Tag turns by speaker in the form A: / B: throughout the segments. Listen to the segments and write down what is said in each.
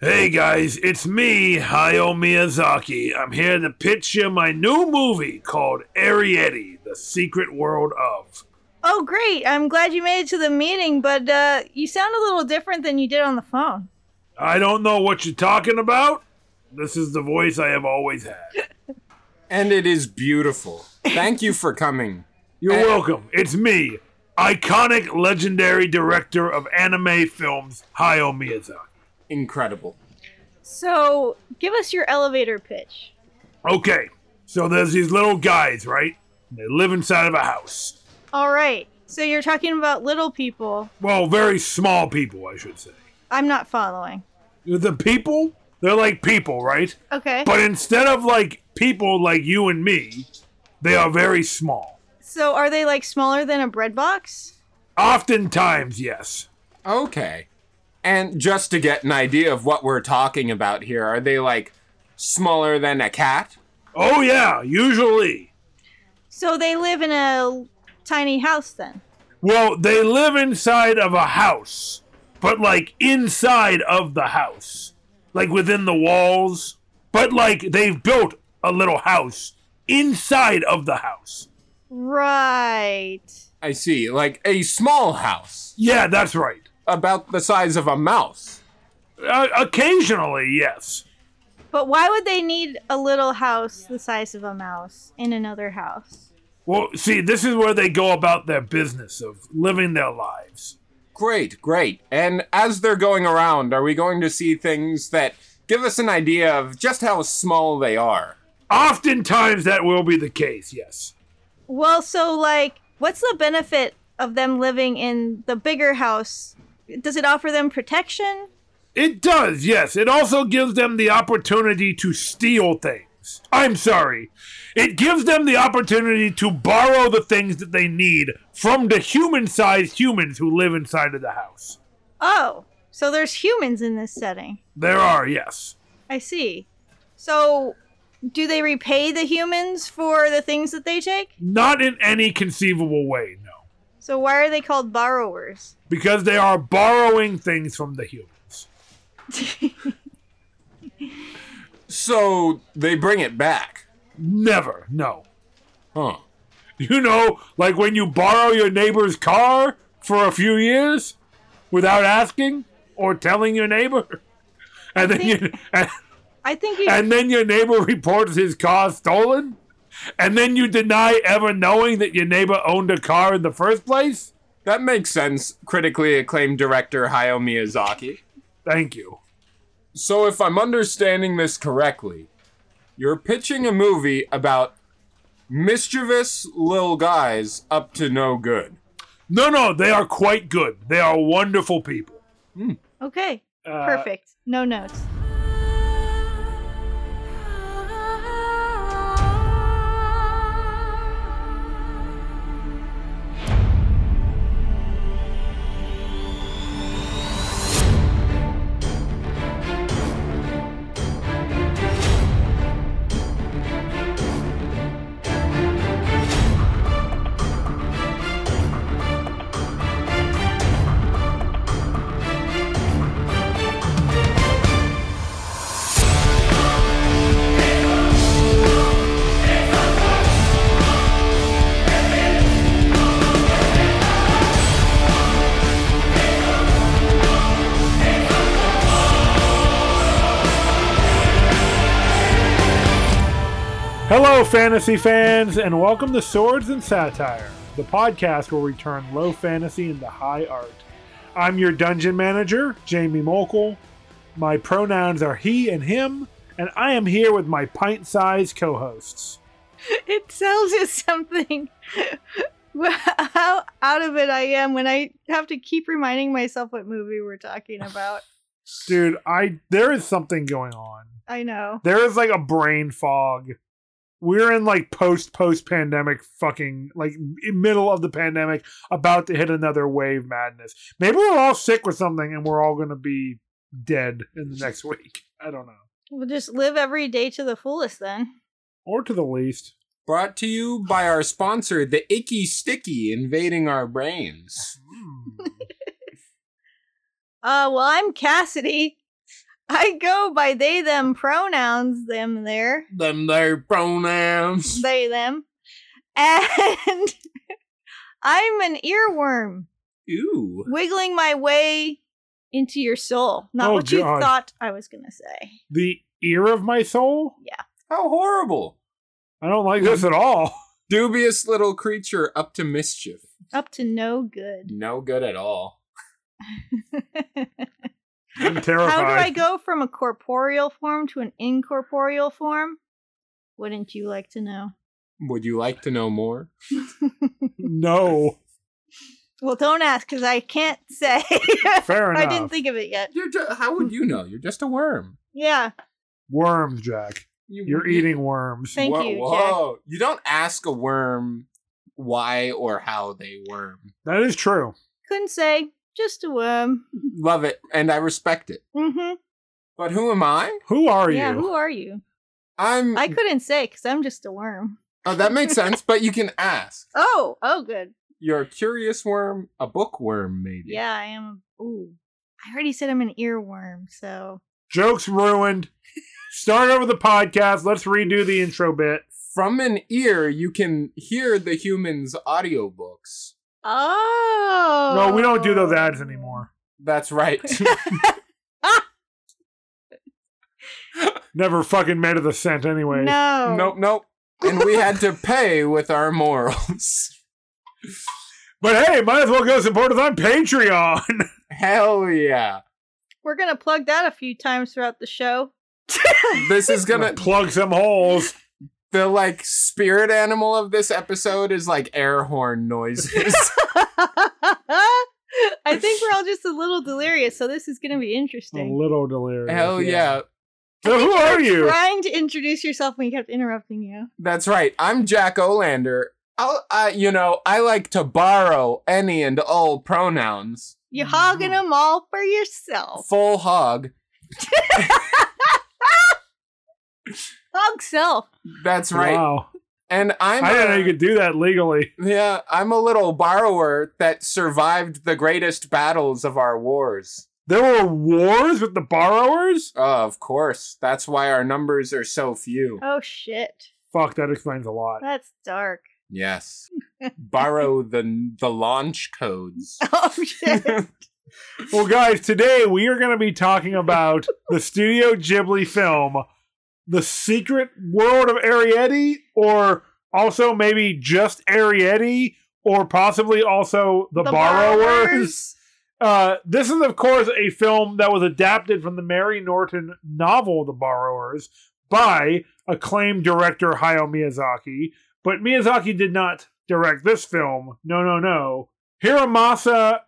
A: Hey guys, it's me, Hayao Miyazaki. I'm here to pitch you my new movie called Arietti, The Secret World of.
B: Oh, great. I'm glad you made it to the meeting, but uh, you sound a little different than you did on the phone.
A: I don't know what you're talking about. This is the voice I have always had.
C: And it is beautiful. Thank you for coming.
A: You're welcome. It's me, iconic legendary director of anime films, Hayao Miyazaki.
C: Incredible.
B: So, give us your elevator pitch.
A: Okay, so there's these little guys, right? They live inside of a house.
B: All right. So, you're talking about little people.
A: Well, very small people, I should say.
B: I'm not following.
A: The people, they're like people, right?
B: Okay.
A: But instead of like people like you and me, they are very small.
B: So, are they like smaller than a bread box?
A: Oftentimes, yes.
C: Okay. And just to get an idea of what we're talking about here, are they like smaller than a cat?
A: Oh, yeah, usually.
B: So, they live in a tiny house then.
A: Well, they live inside of a house, but like inside of the house, like within the walls. But like they've built a little house inside of the house.
B: Right.
C: I see, like a small house,
A: Yeah, that's right.
C: about the size of a mouse.
A: Uh, occasionally, yes.
B: But why would they need a little house the size of a mouse in another house?
A: Well, see, this is where they go about their business of living their lives.
C: Great, great. And as they're going around, are we going to see things that give us an idea of just how small they are?
A: Oftentimes, that will be the case, yes.
B: Well, so like, what's the benefit of them living in the bigger house? Does it offer them protection?
A: It does, yes. It also gives them the opportunity to steal things. I'm sorry. It gives them the opportunity to borrow the things that they need from the human sized humans who live inside of the house.
B: Oh, so there's humans in this setting.
A: There are, yes.
B: I see. So, do they repay the humans for the things that they take?
A: Not in any conceivable way, no.
B: So, why are they called borrowers?
A: Because they are borrowing things from the humans.
C: So they bring it back.
A: Never, no.
C: Huh.
A: You know, like when you borrow your neighbor's car for a few years without asking or telling your neighbor, and then you, and,
B: I think you.
A: and then your neighbor reports his car stolen, and then you deny ever knowing that your neighbor owned a car in the first place.
C: That makes sense, critically acclaimed director Hayao Miyazaki.
A: Thank you.
C: So, if I'm understanding this correctly, you're pitching a movie about mischievous little guys up to no good.
A: No, no, they are quite good. They are wonderful people.
B: okay,
A: Uh,
B: perfect. No notes.
A: Hello, fantasy fans, and welcome to Swords and Satire, the podcast where we turn low fantasy into high art. I'm your dungeon manager, Jamie Mokel. My pronouns are he and him, and I am here with my pint sized co hosts.
B: it tells you something how out of it I am when I have to keep reminding myself what movie we're talking about.
A: Dude, I there is something going on.
B: I know.
A: There is like a brain fog. We're in like post post pandemic fucking like in middle of the pandemic, about to hit another wave madness. Maybe we're all sick with something and we're all gonna be dead in the next week. I don't know,
B: We'll just live every day to the fullest then.
A: or to the least.
C: Brought to you by our sponsor, the Icky Sticky, invading our brains.
A: Hmm.
B: Uh well I'm Cassidy. I go by they them pronouns them there.
C: Them their pronouns.
B: They them. And I'm an earworm
C: Ooh.
B: wiggling my way into your soul. Not
A: Oh,
B: what you
A: God.
B: thought I was gonna say.
A: The ear of my soul?
C: How horrible.
A: I don't like this at all.
C: Dubious little creature up to mischief.
B: Up to no good.
C: No good at all.
A: I'm terrified.
B: How do I go from a corporeal form to an incorporeal form? Wouldn't you like to know?
C: Would you like to know more?
A: No.
B: Well, don't ask because I can't say.
A: Fair enough.
B: I didn't think of it yet.
C: You're just, how would you know? You're just a worm.
B: Yeah.
A: worms, Jack.
C: You,
A: You're eating worms.
B: Thank you, Jack.
C: You don't ask a worm why or how they worm.
A: That is true.
B: Couldn't say. Just a worm.
C: Love it, and I respect it.
B: Mm-hmm.
C: But who am I?
A: Who are
B: yeah,
A: you?
B: who are you?
C: I'm.
B: I couldn't say because I'm just a worm.
C: oh, that makes sense, but you can ask.
B: Oh, oh, good.
C: You're a curious worm, a bookworm, maybe.
B: Yeah, I am. Ooh. I already said I'm an earworm, so.
A: Joke's ruined. Start over the podcast. Let's redo the intro bit.
C: From an ear, you can hear the humans' audiobooks.
B: Oh.
A: No, we don't do those ads anymore.
C: That's right.
A: Never fucking made it a cent anyway.
B: No.
C: nope, nope. And we had to pay with our morals.
A: But hey, might as well go support us on Patreon.
C: Hell yeah.
B: We're going to plug that a few times throughout the show.
C: This is gonna
A: plug some holes.
C: the like spirit animal of this episode is like air horn noises.
B: I think we're all just a little delirious, so this is going to be
A: A
B: interesting.
A: little delirious.
C: Hell yeah.
A: So who are you?
B: Trying to introduce yourself when you kept interrupting you.
C: That's right. I'm Jack Olander. I'll, I, you know, I like to borrow any and all pronouns.
B: You're hogging them all for yourself.
C: Full hog.
B: Hog self.
C: That's right.
A: Wow.
C: And I'm
A: I didn't know
C: a-
A: you could do that legally.
C: Yeah, I'm a little borrower that survived the greatest battles of our wars.
A: There were wars with the borrowers?
C: Oh, of course. That's why our numbers are so few.
B: Oh shit.
A: Fuck, that explains a lot.
B: That's dark.
C: Yes. Borrow the the launch codes.
B: Oh shit.
A: Well, guys, today we are going to be talking about the Studio Ghibli film, The Secret World of Arietti, or also maybe just Arietti, or possibly also The, Borrowers. Uh, this is, of course, a film that was adapted from the Mary Norton novel, The Borrowers, by acclaimed director Hayao Miyazaki. But Miyazaki did not direct this film. No, no, no. Hiramasa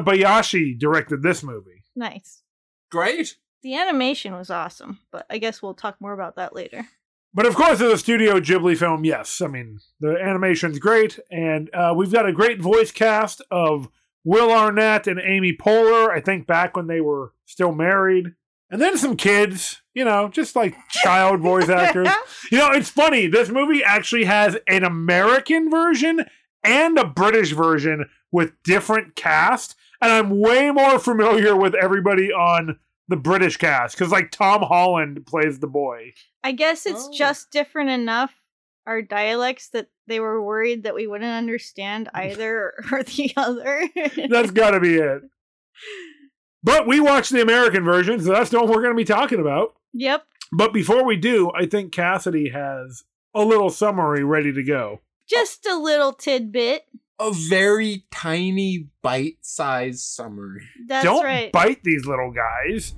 A: Yonabayashi directed this movie.
B: Nice.
C: Great.
B: The animation was awesome, but I guess we'll talk more about that later.
A: But of course, it's a Studio Ghibli film, yes. I mean, the animation's great, and uh, we've got a great voice cast of Will Arnett and Amy Poehler, I think back when they were still married. And then some kids, you know, just like child voice actors. You know, it's funny. This movie actually has an American version and a British version with different cast, and I'm way more familiar with everybody on the British cast because like Tom Holland plays the boy.
B: I guess it's
C: Oh.
B: just different enough our dialects that they were worried that we wouldn't understand either or the other.
A: That's got to be it. But we watched the American version, so that's not what we're going to be talking about.
B: yep.
A: But before we do, I think Cassidy has a little summary ready to go.
B: Just a little tidbit.
C: A very tiny bite-sized summary.
B: That's
A: Don't
B: right.
A: bite these little guys.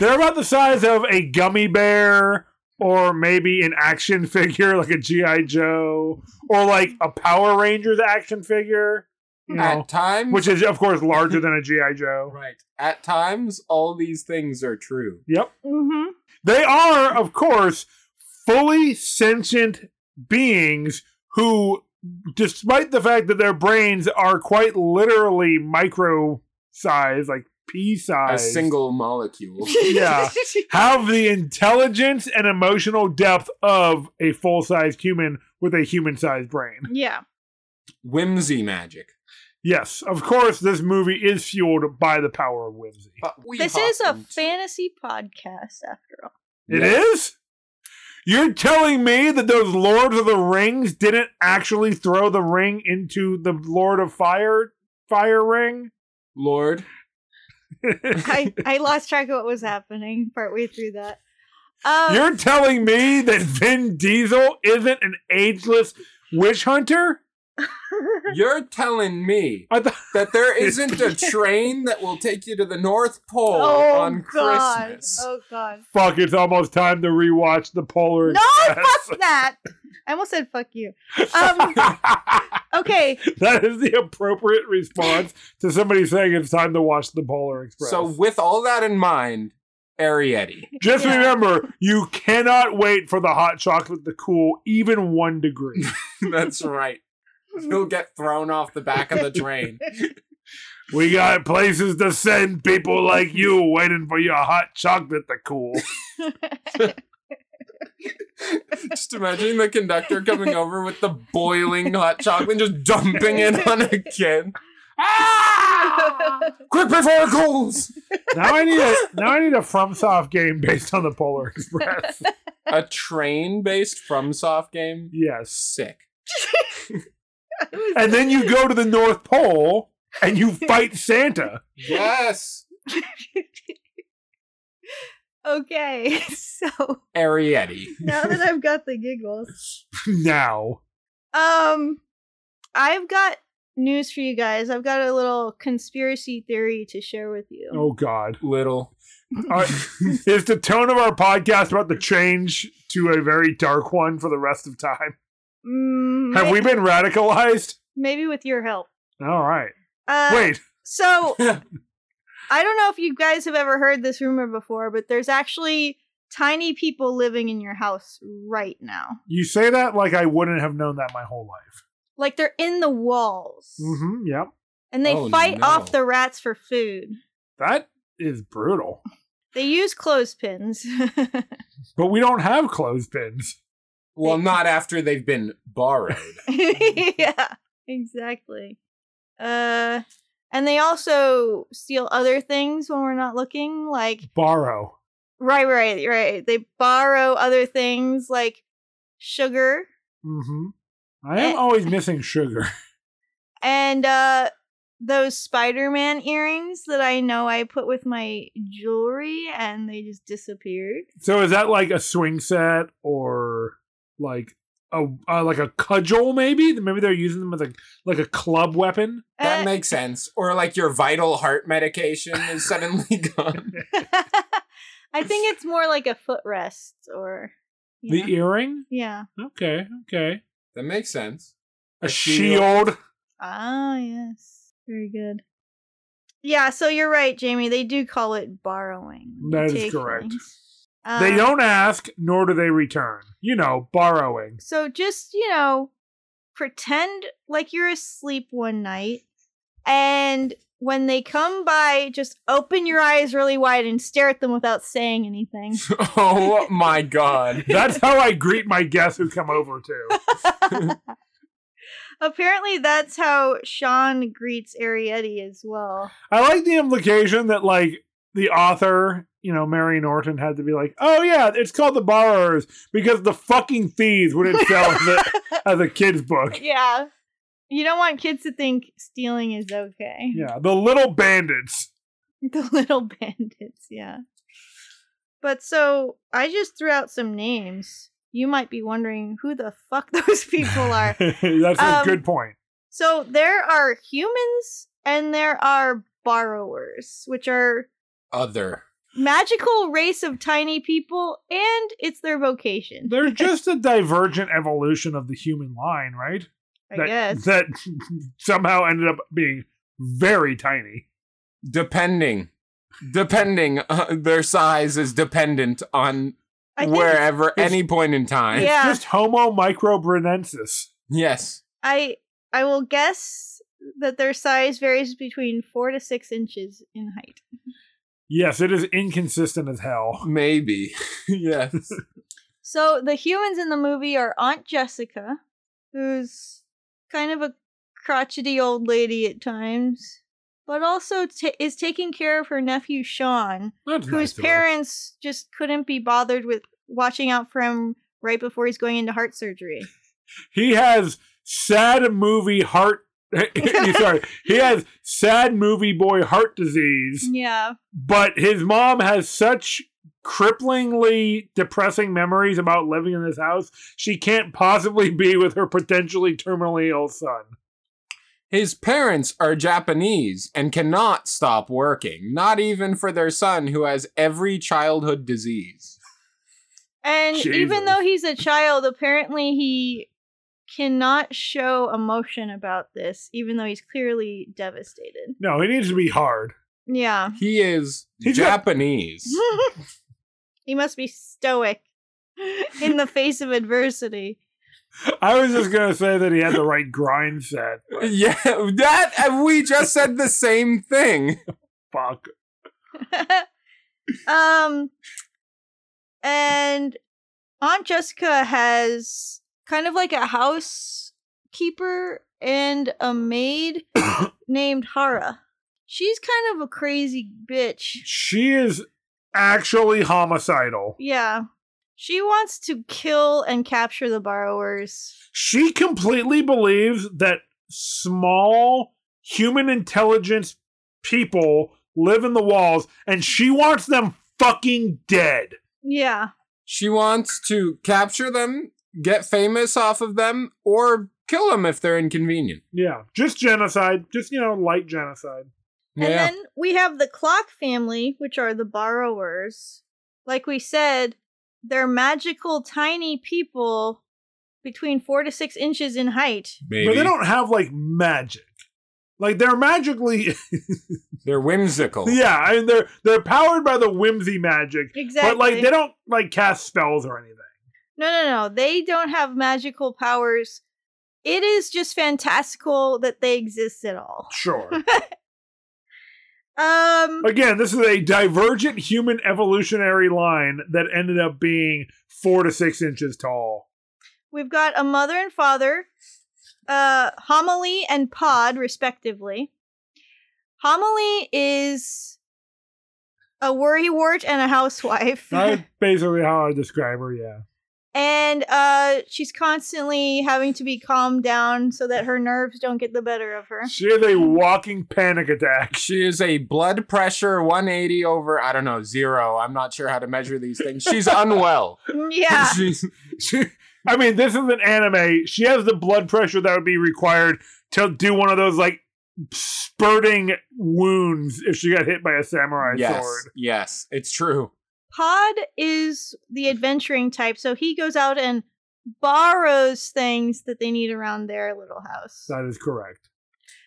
A: They're about the size of a gummy bear or maybe an action figure like a GI Joe or like a Power Rangers action figure, you know,
C: At times
A: which is of course larger than a GI Joe.
C: right. At times all these things are true.
A: Yep.
B: mm-hmm.
A: They are of course fully sentient beings who despite the fact that their brains are quite literally micro size, like pea
C: a
A: size.
C: single molecule.
A: Yeah. have the intelligence and emotional depth of a full-sized human with a human-sized brain.
B: yeah.
C: Whimsy magic.
A: Yes, of course this movie is fueled by the power of whimsy.
C: But we
B: This is a
C: happened-
B: fantasy podcast, after all.
A: It
C: Yeah.
A: is? You're telling me that those Lords of the Rings didn't actually throw the ring into the Lord of Fire fire ring?
C: Lord.
B: I, I lost track of what was happening partway through that. Um,
A: You're telling me that Vin Diesel isn't an ageless witch hunter?
C: You're telling me
A: I thought
C: that there isn't a train that will take you to the North Pole
B: oh
C: on
B: god!
C: Christmas.
B: Oh god!
A: fuck it's almost time to rewatch the Polar
B: No,
A: Express.
B: fuck that! I almost said fuck you. Um, okay,
A: that is the appropriate response to somebody saying it's time to watch the Polar Express.
C: So, with all that in mind, Arietti.
A: Just
B: Yeah.
A: remember, you cannot wait for the hot chocolate to cool even one degree.
C: That's right. You'll get thrown off the back of the train.
A: we got places to send people like you waiting for your hot chocolate to cool.
C: Just imagine the conductor coming over with the boiling hot chocolate and just dumping it on a kid.
A: Ah!
C: Quick before it cools!
A: now I need a now I need a FromSoft game based on the Polar Express.
C: A train based FromSoft game?
A: yes.
C: Sick.
A: And then you go to the North Pole and you fight Santa.
C: Yes!
B: okay, so
C: Arietti.
B: now that I've got the giggles,
A: Now.
B: um, I've got news for you guys. I've got a little conspiracy theory to share with you.
A: Oh God.
C: Little.
A: All right. Is the tone of our podcast about to change to a very dark one for the rest of time?
B: Mm,
A: Have
B: may-
A: we been radicalized?
B: Maybe with your help.
A: All right.
B: Uh,
A: Wait.
B: So I don't know if you guys have ever heard this rumor before, but there's actually tiny people living in your house right now.
A: You say that like I wouldn't have known that my whole life.
B: Like they're in the walls.
A: Mm-hmm. Yep.
B: And they
C: Oh,
B: fight
C: no.
B: off the rats for food.
A: That is brutal.
B: They use clothespins.
A: But we don't have clothespins.
C: Well, not after they've been borrowed.
B: yeah, exactly. Uh and they also steal other things when we're not looking, like
A: Borrow.
B: right, right, right. They borrow other things like sugar.
A: Mm-hmm. I am always missing sugar.
B: and uh those spider-man earrings that i know i put with my jewelry and they just disappeared
A: So is that like a swing set or like a uh, like a cudgel? Maybe maybe they're using them as a like a club weapon.
C: That
B: Uh,
C: makes sense. Or like your vital heart medication is suddenly gone.
B: i think it's more like a footrest or you know.
A: The earring.
B: yeah
A: Okay. Okay.
C: That makes sense.
A: A,
C: A
A: shield.
C: shield.
B: ah yes very good yeah so you're right jamie they do call it borrowing
A: That is
B: Take
A: correct.
B: things. Um,
A: They don't ask, nor do they return. You know, borrowing.
B: So just, you know, pretend like you're asleep one night and when they come by, just open your eyes really wide and stare at them without saying anything.
C: oh my god.
A: That's how I greet my guests who come over too.
B: Apparently that's how Sean greets Arietti as well.
A: I like the implication that like the author, you know, Mary Norton had to be like, "Oh yeah, it's called The Borrowers because the fucking thieves wouldn't sell as a, as a kids book."
B: Yeah. You don't want kids to think stealing is okay.
A: Yeah, the little bandits.
B: The little bandits, yeah. But so I just threw out some names. You might be wondering who the fuck those people are.
A: That's a
B: Um,
A: good point.
B: So there are humans and there are borrowers, which are
C: Other.
B: magical race of tiny people and it's their vocation.
A: They're just a divergent evolution of the human line, right?
B: I
A: that,
B: guess.
A: that somehow ended up being very tiny.
C: Depending. Depending. Uh, their size is dependent on
B: I think
C: wherever,
A: it's-
C: any point in time.
B: Yeah.
A: Just Homo microbrenensis.
C: Yes.
B: I I will guess that their size varies between four to six inches in height.
A: Yes, it is inconsistent as hell.
C: Maybe. yes.
B: So the humans in the movie are Aunt Jessica, who's kind of a crotchety old lady at times, but also ta is taking care of her nephew Sean,
A: That's nice
B: whose
A: of her.
B: parents just couldn't be bothered with watching out for him right before he's going into heart surgery.
A: He has sad movie heart. sorry, he has sad movie boy heart disease,
B: yeah.
A: but his mom has such cripplingly depressing memories about living in this house. She can't possibly be with her potentially terminally ill son.
C: His parents are Japanese and cannot stop working, not even for their son who has every childhood disease.
B: And even
A: Jesus.
B: though he's a child, apparently he cannot show emotion about this, even though he's clearly devastated.
A: No, he needs to be hard.
B: Yeah.
C: He is
A: He's got-
C: Japanese.
B: he must be stoic in the face of adversity.
A: I was just gonna say that he had the right grind set. but
C: yeah, that and we just said the same thing.
A: Fuck.
B: um and Aunt Jessica has kind of like a housekeeper and a maid named Hara. She's kind of a crazy bitch.
A: She is actually homicidal.
B: Yeah. She wants to kill and capture the borrowers.
A: She completely believes that small human intelligence people live in the walls and she wants them fucking dead.
B: Yeah.
C: She wants to capture them, get famous off of them, or kill them if they're inconvenient.
A: Yeah, just genocide, just you know, light genocide.
B: And then we have the Clock family, which are the borrowers. Like we said, they're magical tiny people between four to six inches in height.
C: Maybe.
A: But they don't have like magic. Like they're magically
C: They're whimsical.
A: Yeah, I mean they're they're powered by the whimsy magic.
B: Exactly.
A: But like they don't like cast spells or anything.
B: no, no, no. They don't have magical powers. It is just fantastical that they exist at all.
A: Sure.
B: Um
A: Again, this is a divergent human evolutionary line that ended up being four to six inches tall.
B: We've got a mother and father, uh, homily and pod, respectively. Homily is a worrywart and a housewife,
A: That's basically how I describe her, yeah.
B: and uh, she's constantly having to be calmed down so that her nerves don't get the better of her.
A: She is a walking panic attack.
C: She is a blood pressure 180 over, I don't know, zero. I'm not sure how to measure these things. She's unwell.
B: Yeah,
C: She's- she-
A: I mean, this is an anime. She has the blood pressure that would be required to do one of those like spurting wounds if she got hit by a samurai
C: yes,
A: sword.
C: yes, it's true.
B: pod is the adventuring type, so he goes out and borrows things that they need around their little house.
A: That is correct.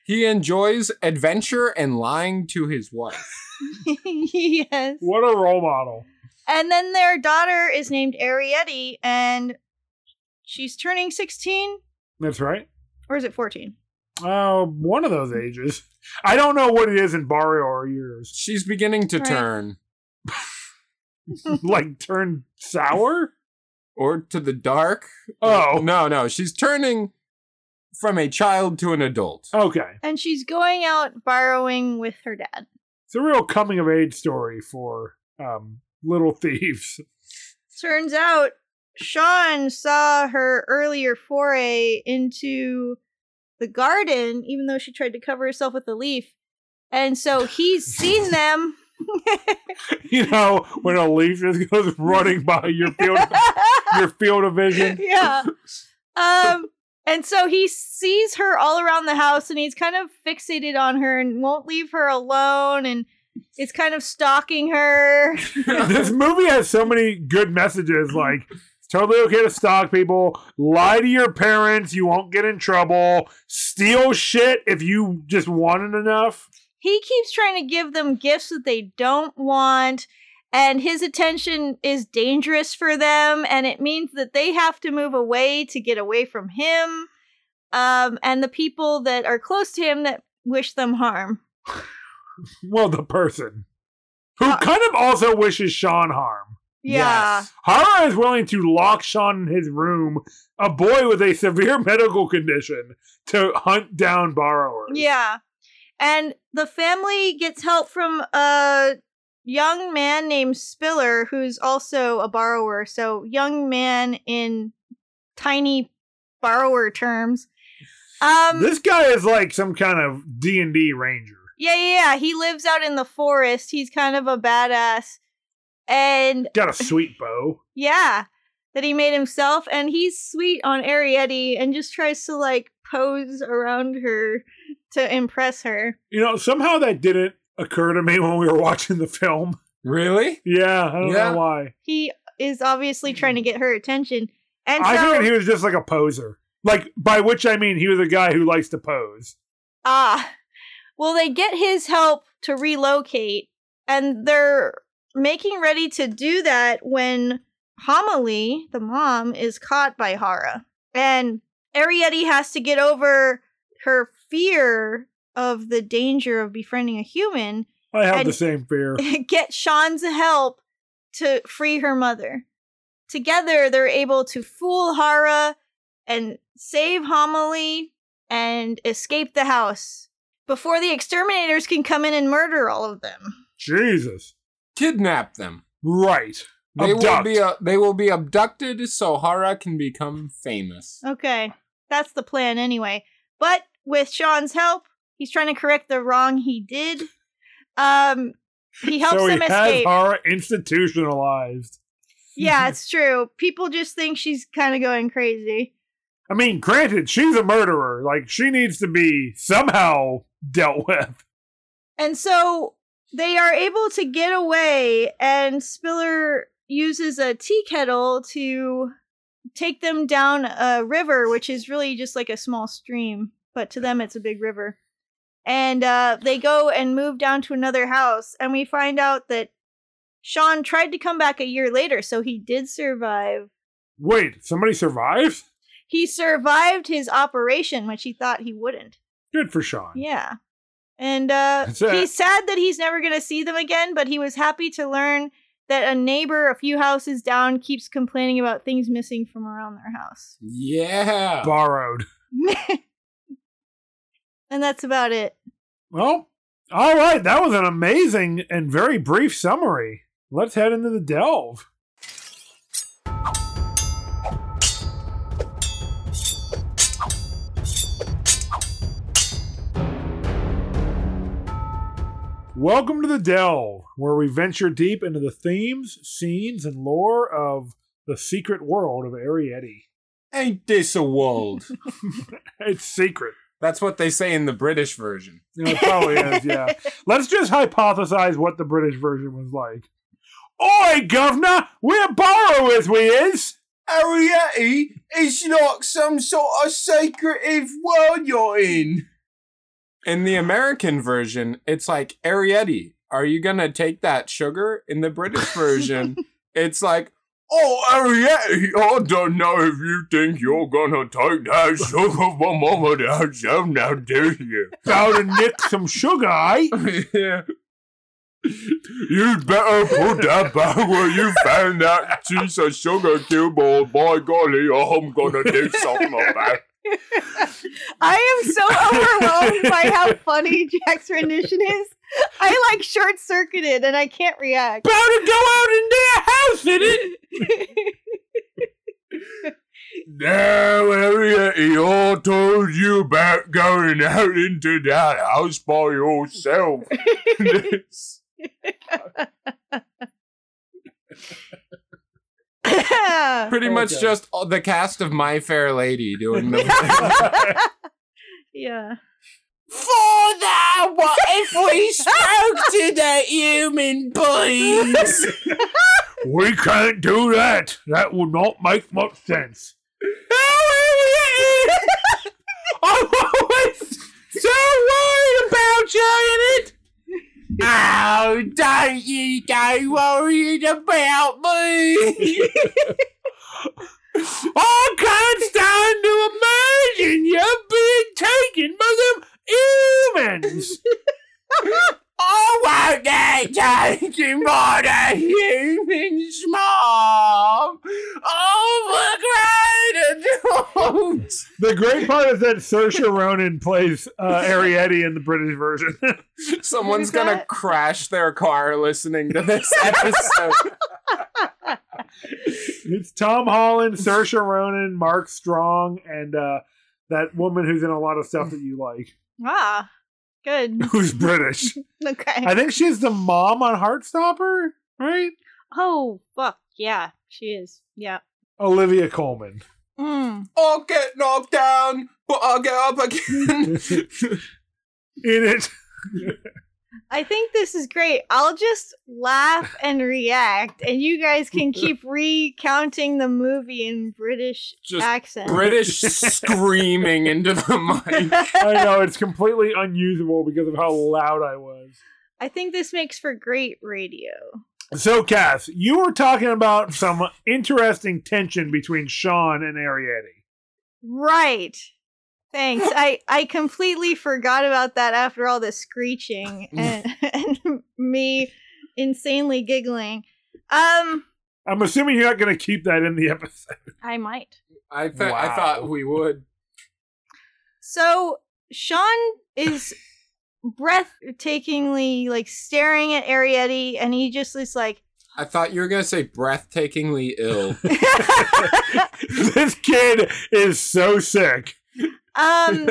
C: He enjoys adventure and lying to his wife.
B: yes.
A: What a role model.
B: And then their daughter is named Arietti, and she's turning 16,
A: That's right.
B: or is it 14?
A: Uh, one of those ages. I don't know what it is in Barrio or yours.
C: She's beginning to
B: Right.
C: turn
A: like turn sour?
C: or to the dark.
A: Oh,
C: No, no, she's turning from a child to an adult.
A: okay.
B: And she's going out borrowing with her dad.
A: It's a real coming of age story for um little thieves.
B: Turns out Sean saw her earlier foray into the garden, even though she tried to cover herself with a leaf. And so he's seen them.
A: You know, when a leaf just goes running by your field your field of vision.
B: yeah. Um, and so he sees her all around the house and he's kind of fixated on her and won't leave her alone and is kind of stalking her.
A: This movie has so many good messages like it's totally okay to stalk people, lie to your parents, you won't get in trouble, steal shit if you just want it enough.
B: He keeps trying to give them gifts that they don't want. And his attention is dangerous for them, and it means that they have to move away to get away from him. um, and the people that are close to him that wish them harm.
A: Well, the person who
B: Uh,
A: kind of also wishes Sean harm.
B: Yeah.
C: Yes.
A: Hara is willing to lock Sean in his room, a boy with a severe medical condition, to hunt down borrowers.
B: Yeah. And the family gets help from a young man named Spiller, who's also a borrower. So, young man in tiny borrower terms. Um,
A: this guy is like some kind of D and D ranger.
B: yeah, yeah, yeah. He lives out in the forest. He's kind of a badass. And
A: Got a sweet bow.
B: yeah, that he made himself. And he's sweet on Arietti and just tries to like pose around her to impress her.
A: You know, somehow that didn't occur to me when we were watching the film.
C: Really?
A: Yeah, I don't
C: Yeah.
A: know why.
B: he is obviously trying to get her attention. And
A: I
B: so,
A: figured he was just like a poser. Like by which I mean he was a guy who likes to pose.
B: ah, well, they get his help to relocate, and they're making ready to do that when Homily, the mom, is caught by Hara, and Arietti has to get over her fear of the danger of befriending a human,
A: I have
B: And-
A: the same fear.
B: get Sean's help to free her mother. Together, they're able to fool Hara and save Homily and escape the house before the exterminators can come in and murder all of them.
A: Jesus.
C: Kidnap them.
A: Right.
C: They
A: Abduct.
C: will be uh, they will be abducted so Hara can become famous.
B: Okay, that's the plan anyway. But with Sean's help, he's trying to correct the wrong he did. Um, he helps
A: so he
B: them
A: has
B: escape.
A: Hara institutionalized.
B: yeah, it's true. People just think she's kind of going crazy.
A: I mean, granted, she's a murderer. Like she needs to be somehow dealt with.
B: And so they are able to get away, and Spiller uses a tea kettle to take them down a river, which is really just like a small stream, but to them it's a big river. And uh, they go and move down to another house, and we find out that Sean tried to come back a year later, so he did survive.
A: Wait, somebody survives?
B: He survived his operation, which he thought he wouldn't.
A: Good for Sean.
B: Yeah. And uh,
A: That's it.
B: he's sad that he's never going to see them again, but he was happy to learn that a neighbor a few houses down keeps complaining about things missing from around their house.
C: Yeah.
A: Borrowed.
B: and that's about it.
A: Well, all right. That was an amazing and very brief summary. Let's head into the delve. Welcome to the Delve, where we venture deep into the themes, scenes, and lore of the secret world of Arietti.
C: Ain't this a world?
A: It's secret.
C: That's what they say in the British version.
A: You know, it probably is, yeah. Let's just hypothesize what the British version was like. Oi, governor, we're borrowers, we is.
C: Arietti is like some sort of secretive world you're in. In the American version, it's like Arietti, are you gonna take that sugar? In the British version, it's like, oh Arietti, I don't know if you think you're gonna take that sugar from over the house now, do you?
A: About to nick some sugar, eh?
C: yeah. You'd better put that back where you found that piece of sugar cube, or by golly, I'm gonna do something about it.
B: I am so overwhelmed by how funny Jack's rendition is. I like short circuited and I can't react.
A: About to go out in their house, in it.
C: Now, Harriet, I told you about going out into that house by yourself. Pretty much
A: Okay.
C: just all- the cast of My Fair Lady doing the.
B: yeah.
C: Father, what if we spoke to the human beings?
A: we can't do that. That would not make much sense. I'm always so worried about you, innit?
C: Oh, don't you go worrying about me.
A: I can't stand to Imagine you being taken by them humans.
C: Oh, won't they take him by the human small? Oh, the great adults!
A: the great part is that Saoirse Ronan plays uh, Ariette in the British version.
C: Someone's
B: Who's that?
C: gonna crash their car listening to this episode.
A: it's Tom Holland, Saoirse Ronan, Mark Strong, and uh, that woman who's in a lot of stuff that you like,
B: Ah, good.
A: who's British.
B: Okay.
A: I think she's the mom on Heartstopper, right?
B: oh, fuck. Yeah, she is. Yeah.
A: Olivia Coleman.
B: Mm.
C: I'll get knocked down, but I'll get up again.
A: In it,
B: I think this is great. I'll just laugh and react, and you guys can keep recounting the movie in British
C: Just
B: accent.
C: British screaming into the mic.
A: I know it's completely unusable because of how loud I was.
B: I think this makes for great radio.
A: So, Cass, you were talking about some interesting tension between Sean and Arietti.
B: Right. Thanks. I I completely forgot about that after all the screeching and, and me insanely giggling. Um,
A: I'm assuming you're not going to keep that in the episode.
B: I might.
C: I, th- I
A: Wow.
C: thought we would.
B: So Sean is breathtakingly like staring at Arietti, and he just is like,
C: I thought you were gonna say breathtakingly ill.
A: this kid is so sick.
B: um,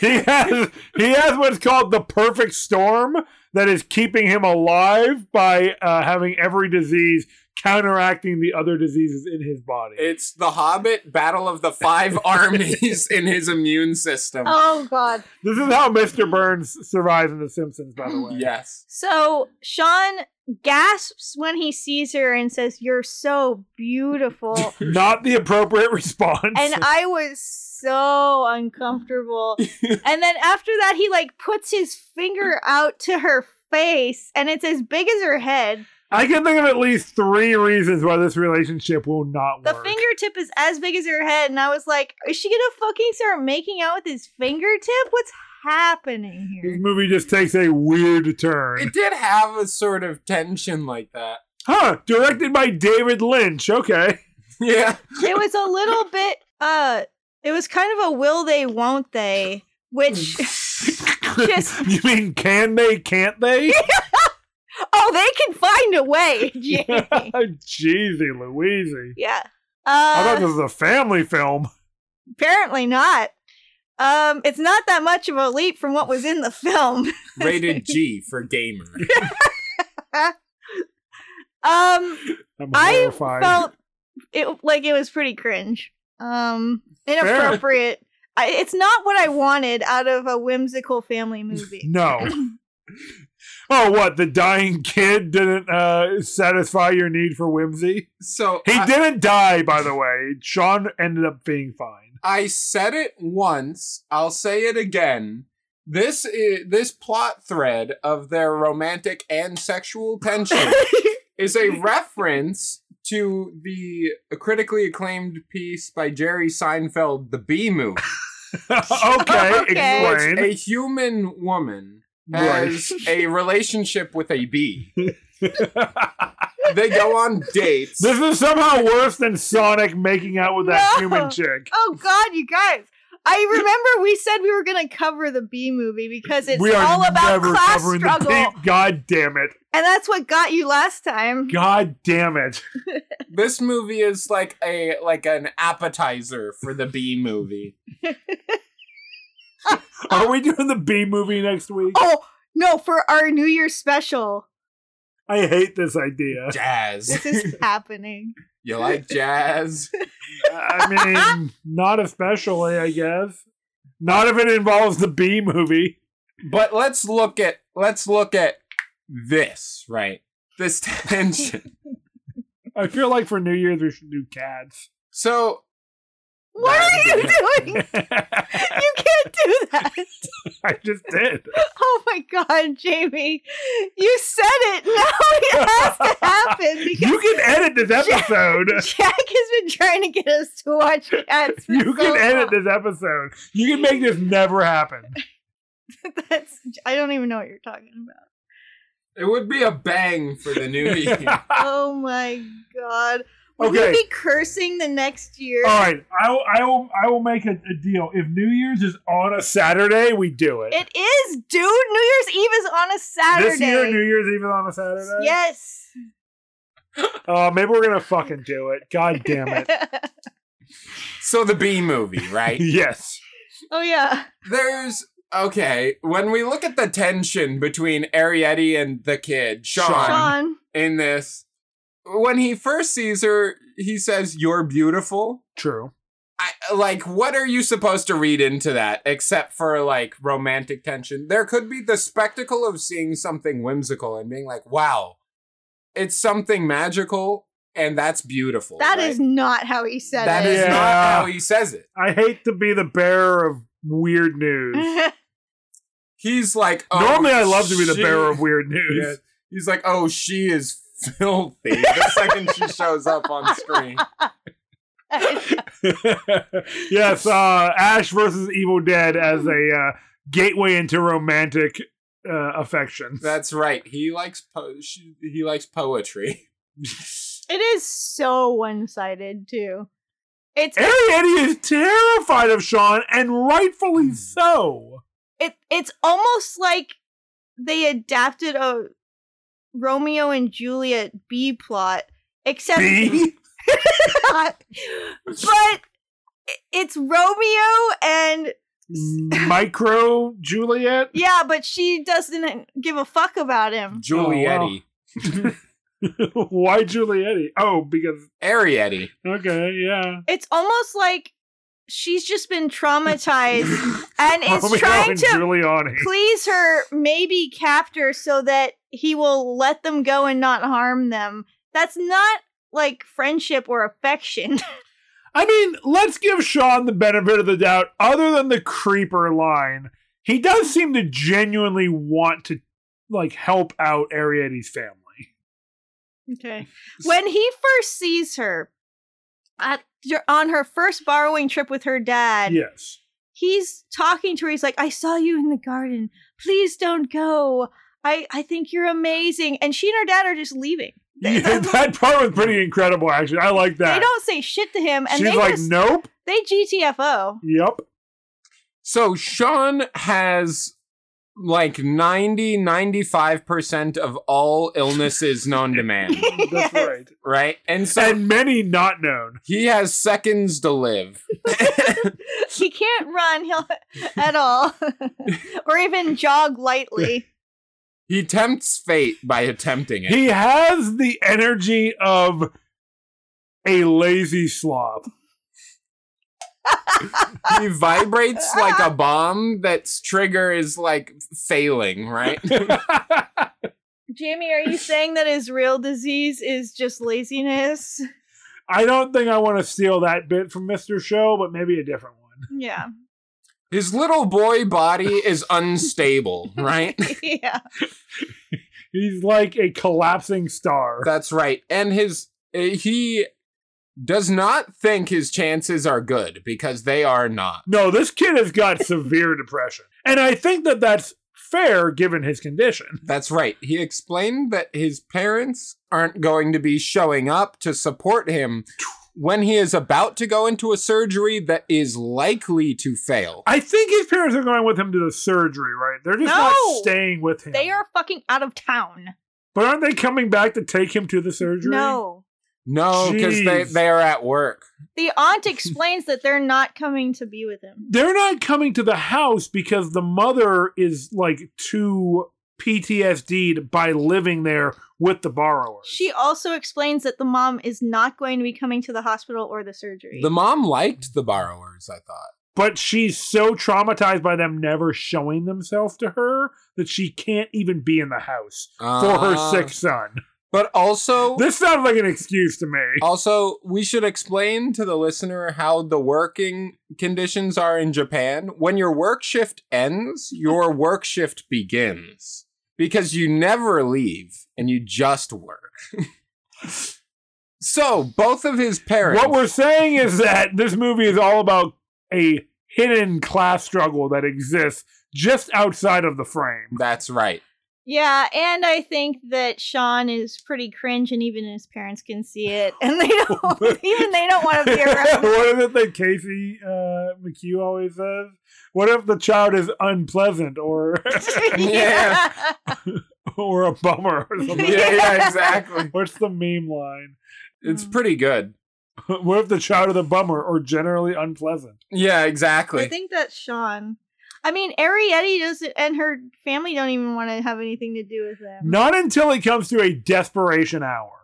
A: He has he has what's called the perfect storm that is keeping him alive by uh, having every disease counteracting the other diseases in his body.
C: It's the Hobbit Battle of the Five Armies in his immune system.
B: oh god.
A: this is how Mr. Burns survives in The Simpsons, by the
C: Mm,
A: way.
C: Yes.
B: So Sean gasps when he sees her and says, "You're so beautiful."
A: Not the appropriate response.
B: and I was so uncomfortable. and then after that, he like puts his finger out to her face, and it's as big as her head.
A: I can think of at least three reasons why this relationship will not
B: The
A: work.
B: fingertip is as big as her head, and I was like, "Is she gonna fucking start making out with his fingertip? What's happening
A: this
B: here?"
A: movie just takes a weird turn.
C: It did have a sort of tension like that.
A: Huh, directed by David Lynch. Okay.
C: Yeah.
B: it was a little bit. uh It was kind of a will they, won't they, which.
A: Mm.
B: Just-
A: you mean can they, can't they?
B: Oh, they can find a way. Jamie.
A: Jeezy Louise.
B: yeah. Uh,
A: I thought this was a family film.
B: Apparently not. Um, it's not that much of a leap from what was in the film.
C: Rated G for gamer.
B: Um,
A: I'm
B: I
A: horrified.
B: felt it like it was pretty cringe. Um, inappropriate. I, it's not what I wanted out of a whimsical family movie.
A: no. Oh, what? The dying kid didn't uh, satisfy your need for whimsy?
C: So
A: He
C: I,
A: didn't die, by the way. Sean ended up being fine.
C: I said it once, I'll say it again. This i this plot thread of their romantic and sexual tension is a reference to the critically acclaimed piece by Jerry Seinfeld, The Bee Movie.
A: okay,
B: Okay.
A: explain.
C: A human woman
A: Right.
C: has a relationship with a bee. They go on dates.
A: This is somehow worse than Sonic making out with that
B: No.
A: human chick.
B: oh God, you guys! I remember we said we were going to cover the B movie because it's
A: we are
B: all about
A: never
B: class
A: covering
B: struggle,
A: the pink. God damn it.
B: and that's what got you last time.
A: God damn it.
C: This movie is like a like an appetizer for the bee movie.
A: Are we doing the B movie next week?
B: Oh no, for our New Year's special,
A: I hate this idea.
C: Jazz.
B: this is happening.
C: You like jazz?
A: I mean, not especially, I guess. Not if it involves the B movie.
C: But let's look at let's look at this, right? This tension.
A: I feel like for New Year's we should do cats.
C: So
B: What are you doing? You can't do that.
A: I just did.
B: Oh my god, Jamie. You said it. Now it has to happen because
A: You can edit this episode.
B: Jack has been trying to get us to watch cats. For
A: You
B: so
A: can edit
B: long.
A: this episode. You can make this never happen.
B: That's, I don't even know what you're talking about.
C: It would be a bang for the new year.
B: Oh my god. Will
A: Okay.
B: you be cursing the next year?
A: All right, I will. I will. I will make a, a deal. If New Year's is on a Saturday, we do it.
B: It is, dude. New Year's Eve is on a Saturday.
A: This year, New Year's Eve is on a Saturday.
B: Yes.
A: Uh, maybe we're gonna fucking do it. God damn it.
C: so the B movie, right?
A: yes.
B: oh yeah.
C: There's okay. When we look at the tension between Arietti and the kid, Sean,
A: Sean.
B: Sean.
C: in this, when he first sees her, he says, "You're beautiful."
A: True.
C: I, like, what are you supposed to read into that except for like romantic tension? There could be the spectacle of seeing something whimsical and being like, wow, it's something magical and that's beautiful.
B: That
C: right?
B: is not how he said
C: That
B: it.
C: is
A: Yeah.
C: not how he says it.
A: I hate to be the bearer of weird news.
C: He's like, oh,
A: Normally, I love to be the
C: she-
A: bearer of weird
C: Yeah.
A: news.
C: He's like, oh, she is filthy the second she shows up on screen.
A: yes. Uh, Ash versus Evil Dead as a uh, gateway into romantic uh, affection.
C: That's right. He likes po- she, he likes poetry.
B: it is so one sided too. It's
A: Eh? Arietti is terrified of Sean, and rightfully
B: Mm.
A: so.
B: it it's almost like they adapted a Romeo and Juliet B plot, except
A: B.
B: but i- it's Romeo and
A: Micro Juliet.
B: yeah, but she doesn't give a fuck about
A: Oh,
B: him.
C: Julietti.
A: Why Julietti? Oh, because
C: Arietti.
A: okay, yeah.
B: It's almost like she's just been traumatized and
A: Romeo
B: is trying
A: and
B: to
A: Giuliani.
B: please her, maybe captor, so that he will let them go and not harm them. That's not like friendship or affection.
A: I mean, let's give Sean the benefit of the doubt. Other than the creeper line, he does seem to genuinely want to like help out Arietti's family.
B: Okay. When he first sees her at on her first borrowing trip with her dad,
A: Yes.
B: he's talking to her. He's like, "I saw you in the garden. Please don't go. I I think you're amazing." And she and her dad are just leaving. They,
A: Yeah, that part was pretty incredible, actually. I like that.
B: they don't say shit to him, and
A: She's
B: they
A: like,
B: just,
A: nope.
B: they GTFO.
A: Yep.
C: So Sean has like 90 95% of all illnesses known to man,
A: That's
B: Yes.
A: right.
C: right? And so
A: And many not known.
C: he has seconds to live.
B: he can't run he'll, at all or even jog lightly
C: He tempts fate by attempting it.
A: He has the energy of a lazy slob.
C: He vibrates like a bomb that's trigger is like failing, right?
B: jamie are you saying that his real disease is just laziness
A: I don't think I want to steal that bit from Mr. Show, but maybe a different one.
B: yeah
C: His little boy body is unstable, right?
B: yeah
A: He's like a collapsing star.
C: That's right. And his uh, he does not think his chances are good because they are not.
A: no, this kid has got severe depression. And I think that that's fair given his condition.
C: That's right. He explained that his parents aren't going to be showing up to support him when he is about to go into a surgery that is likely to fail.
A: I think his parents are going with him to the surgery, right? They're just
B: No!
A: not staying with him.
B: they are fucking out of town
A: But aren't they coming back to take him to the surgery?
B: no
C: No, because they,
A: Jeez.
C: they are at work.
B: the aunt explains that they're not coming to be with him
A: They're not coming to the house because the mother is like too PTSD'd by living there with the borrowers.
B: she also explains that the mom is not going to be coming to the hospital or the surgery
C: The mom liked the borrowers, I thought.
A: but she's so traumatized by them never showing themselves to her that she can't even be in the house for her
C: Uh,
A: sick son.
C: But also,
A: This sounds like an excuse to me.
C: Oh, also, we should explain to the listener how the working conditions are in Japan. When your work shift ends, your work shift begins because you never leave and you just work. so both of his parents.
A: What we're saying is that this movie is all about a hidden class struggle that exists just outside of the frame.
C: That's right.
B: Yeah, and I think that Sean is pretty cringe, and even his parents can see it, and they don't. even they don't want to be around.
A: what is it that Casey uh, McHugh always says? What if the child is unpleasant or
C: Yeah.
A: or a bummer or something?
C: Yeah, yeah, exactly.
A: What's the meme line?
C: It's pretty good.
A: What if the child is a bummer or generally unpleasant?
C: Yeah,
B: I
C: exactly.
B: think that's Sean. I mean, Arietti doesn't, and her family don't even want to have anything to do with them.
A: Not until it comes to a desperation hour.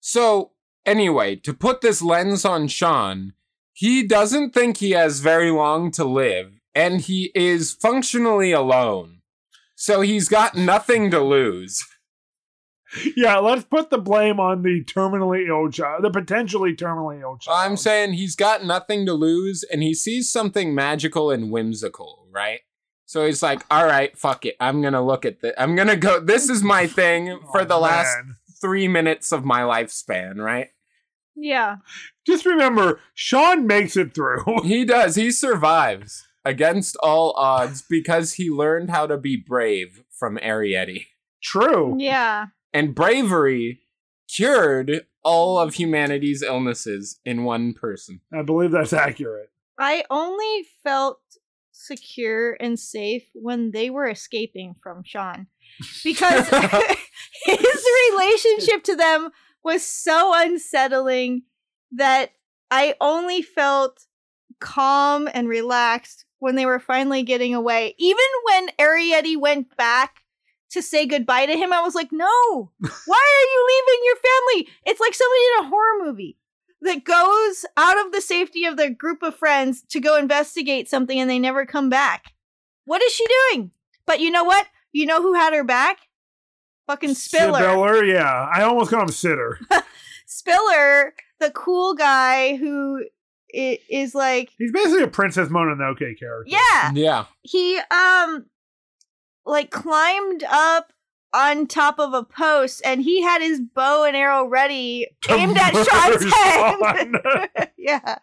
C: So, anyway, to put this lens on Sean, he doesn't think he has very long to live, and he is functionally alone. So he's got nothing to lose.
A: Yeah, let's put the blame on the terminally ill child, the potentially terminally ill child.
C: I'm saying he's got nothing to lose, and he sees something magical and whimsical, right? So he's like, all right, fuck it. I'm going to look at this. I'm going to go. This is my thing for
A: Oh,
C: the last
A: man.
C: three minutes of my lifespan, right?
B: Yeah.
A: Just remember, Sean makes it through.
C: He does. He survives against all odds because he learned how to be brave from Arietti.
A: True.
B: Yeah.
C: And bravery cured all of humanity's illnesses in one person.
A: I believe that's accurate.
B: I only felt secure and safe when they were escaping from Sean because his relationship to them was so unsettling that I only felt calm and relaxed when they were finally getting away. Even when Arietti went back to say goodbye to him, I was like, no, why are you leaving your family? It's like somebody in a horror movie that goes out of the safety of their group of friends to go investigate something and they never come back. What is she doing? But you know what? You know who had her back? Fucking Spiller.
A: Spiller, yeah. I almost call him Sitter.
B: Spiller, the cool guy who i- is like,
A: He's basically a Princess Mononoke character.
B: yeah,
C: Yeah.
B: he um, like climbed up on top of a post and he had his bow and arrow ready,
A: To
B: aimed at
A: murder
B: Sean's
A: Sean.
B: head. yeah,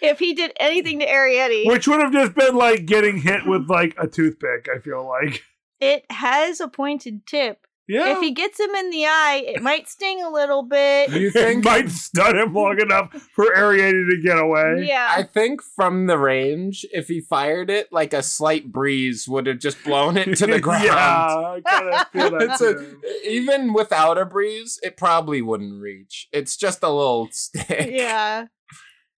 B: if he did anything to Arietti,
A: Which would have just been like getting hit with like a toothpick, I feel like.
B: it has a pointed tip.
A: Yeah.
B: If he gets him in the eye, it might sting a little bit.
C: You
A: it
C: think
A: might stun him long enough for Ariady to get away.
B: Yeah,
C: I think from the range, if he fired it, like a slight breeze would have just blown it to the ground.
A: yeah, I kind of feel that.
C: It's a,
A: too.
C: even without a breeze, it probably wouldn't reach. It's just a little stick.
B: yeah.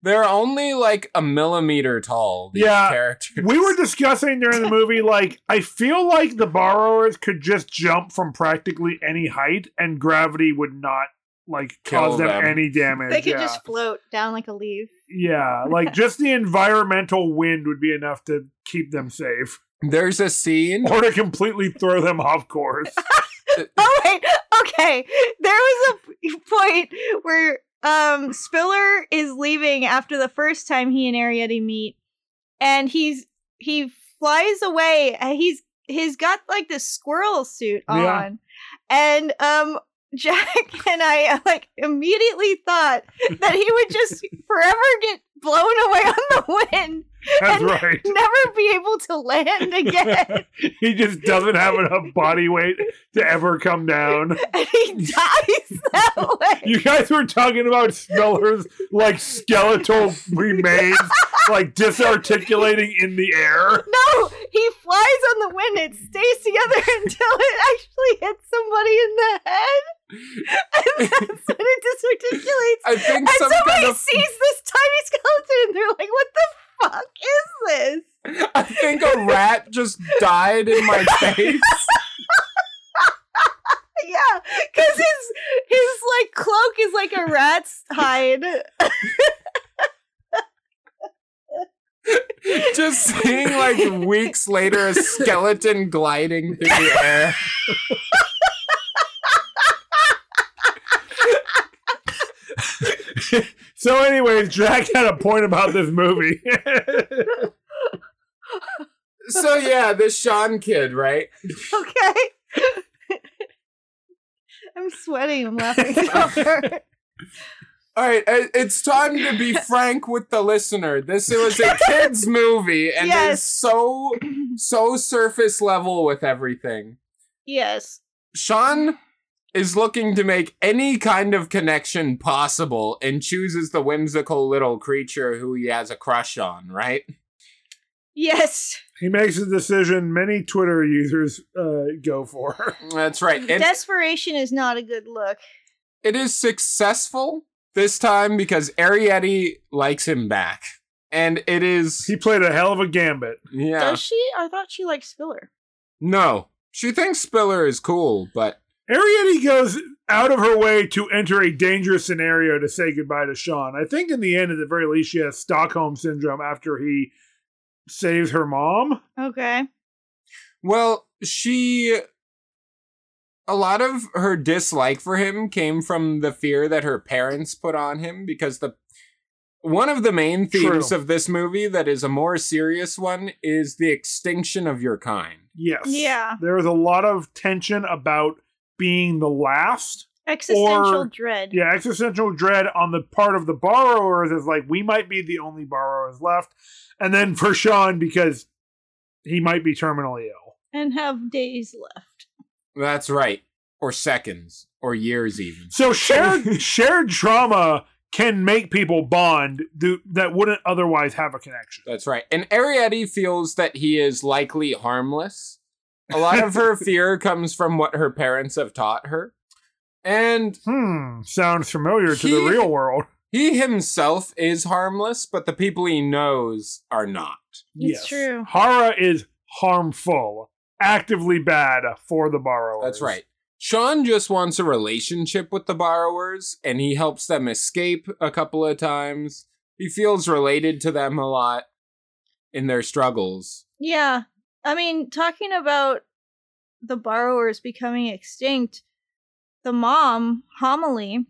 C: They're only like a millimeter tall, these
A: Yeah.
C: characters.
A: we were discussing during the movie like i feel like the borrowers could just jump from practically any height and gravity would not like
C: Kill
A: cause them,
C: them.
A: any damage
B: They could
A: yeah.
B: just float down like a leaf.
A: yeah like just the environmental wind would be enough to keep them safe
C: There's a scene.
A: or to completely throw them off course
B: oh wait, okay. There was a p- point where um Spiller is leaving after the first time he and Arietti meet, and he's he flies away. and He's he's got like this squirrel suit on,
A: Yeah.
B: and um. Jack and I uh, like immediately thought that he would just forever get blown away on the wind,
A: that's
B: And-
A: right
B: never be able to land again,
A: he just doesn't have enough body weight to ever come down
B: and he dies that way.
A: you guys were talking about Spiller's like skeletal remains like disarticulating in the air
B: No, he flies on the wind. It stays together until it actually hits somebody in the head, and that's when it disarticulates.
C: I think
B: And
C: some
B: somebody
C: kind of
B: sees this tiny skeleton, and they're like, "What the fuck is this?"
C: I think a rat just died in my face.
B: Yeah, because his his like cloak is like a rat's hide.
C: just seeing like weeks later a skeleton gliding through the air.
A: So, anyways, Jack had a point about this movie.
C: So yeah, this Sean kid, right?
B: Okay. I'm sweating. I'm laughing so hard.
C: All right, i- uh, it's time to be frank with the listener. This was a kids movie, and
B: Yes.
C: it's so so surface level with everything.
B: Yes.
C: Sean is looking to make any kind of connection possible, and chooses the whimsical little creature who he has a crush on. Right?
B: Yes.
A: he makes a decision many Twitter users uh, go for.
C: That's right. It,
B: Desperation is not a good look.
C: it is successful this time because Arietti likes him back, and it is
A: He played a hell of a gambit.
C: yeah.
B: Does she? I thought she liked Spiller.
C: No. She thinks Spiller is cool, but
A: Arietti goes out of her way to enter a dangerous scenario to say goodbye to Sean. I think in the end, at the very least, she has Stockholm syndrome after he saves her mom.
B: Okay.
C: well, she a lot of her dislike for him came from the fear that her parents put on him because the one of the main themes
A: True.
C: of this movie that is a more serious one is the extinction of your kind.
A: Yes.
B: Yeah.
A: There was a lot of tension about being the last.
B: Existential
A: Or-
B: dread.
A: Yeah, existential dread on the part of the borrowers is like we might be the only borrowers left. And then for Sean, because he might be terminally ill.
B: And have days left.
C: That's right. Or seconds or years even.
A: So shared shared trauma can make people bond th- that wouldn't otherwise have a connection.
C: That's right. And Arietti feels that he is likely harmless. A lot of her fear comes from what her parents have taught her. And
A: Hmm, sounds familiar to the
C: He-
A: real world.
C: he himself is harmless, but the people he knows are not.
B: It's true.
A: Hara is harmful, actively bad for the borrowers.
C: That's right. Sean just wants a relationship with the borrowers, and he helps them escape a couple of times. He feels related to them a lot in their struggles.
B: Yeah. I mean, talking about the borrowers becoming extinct, the mom, Homily,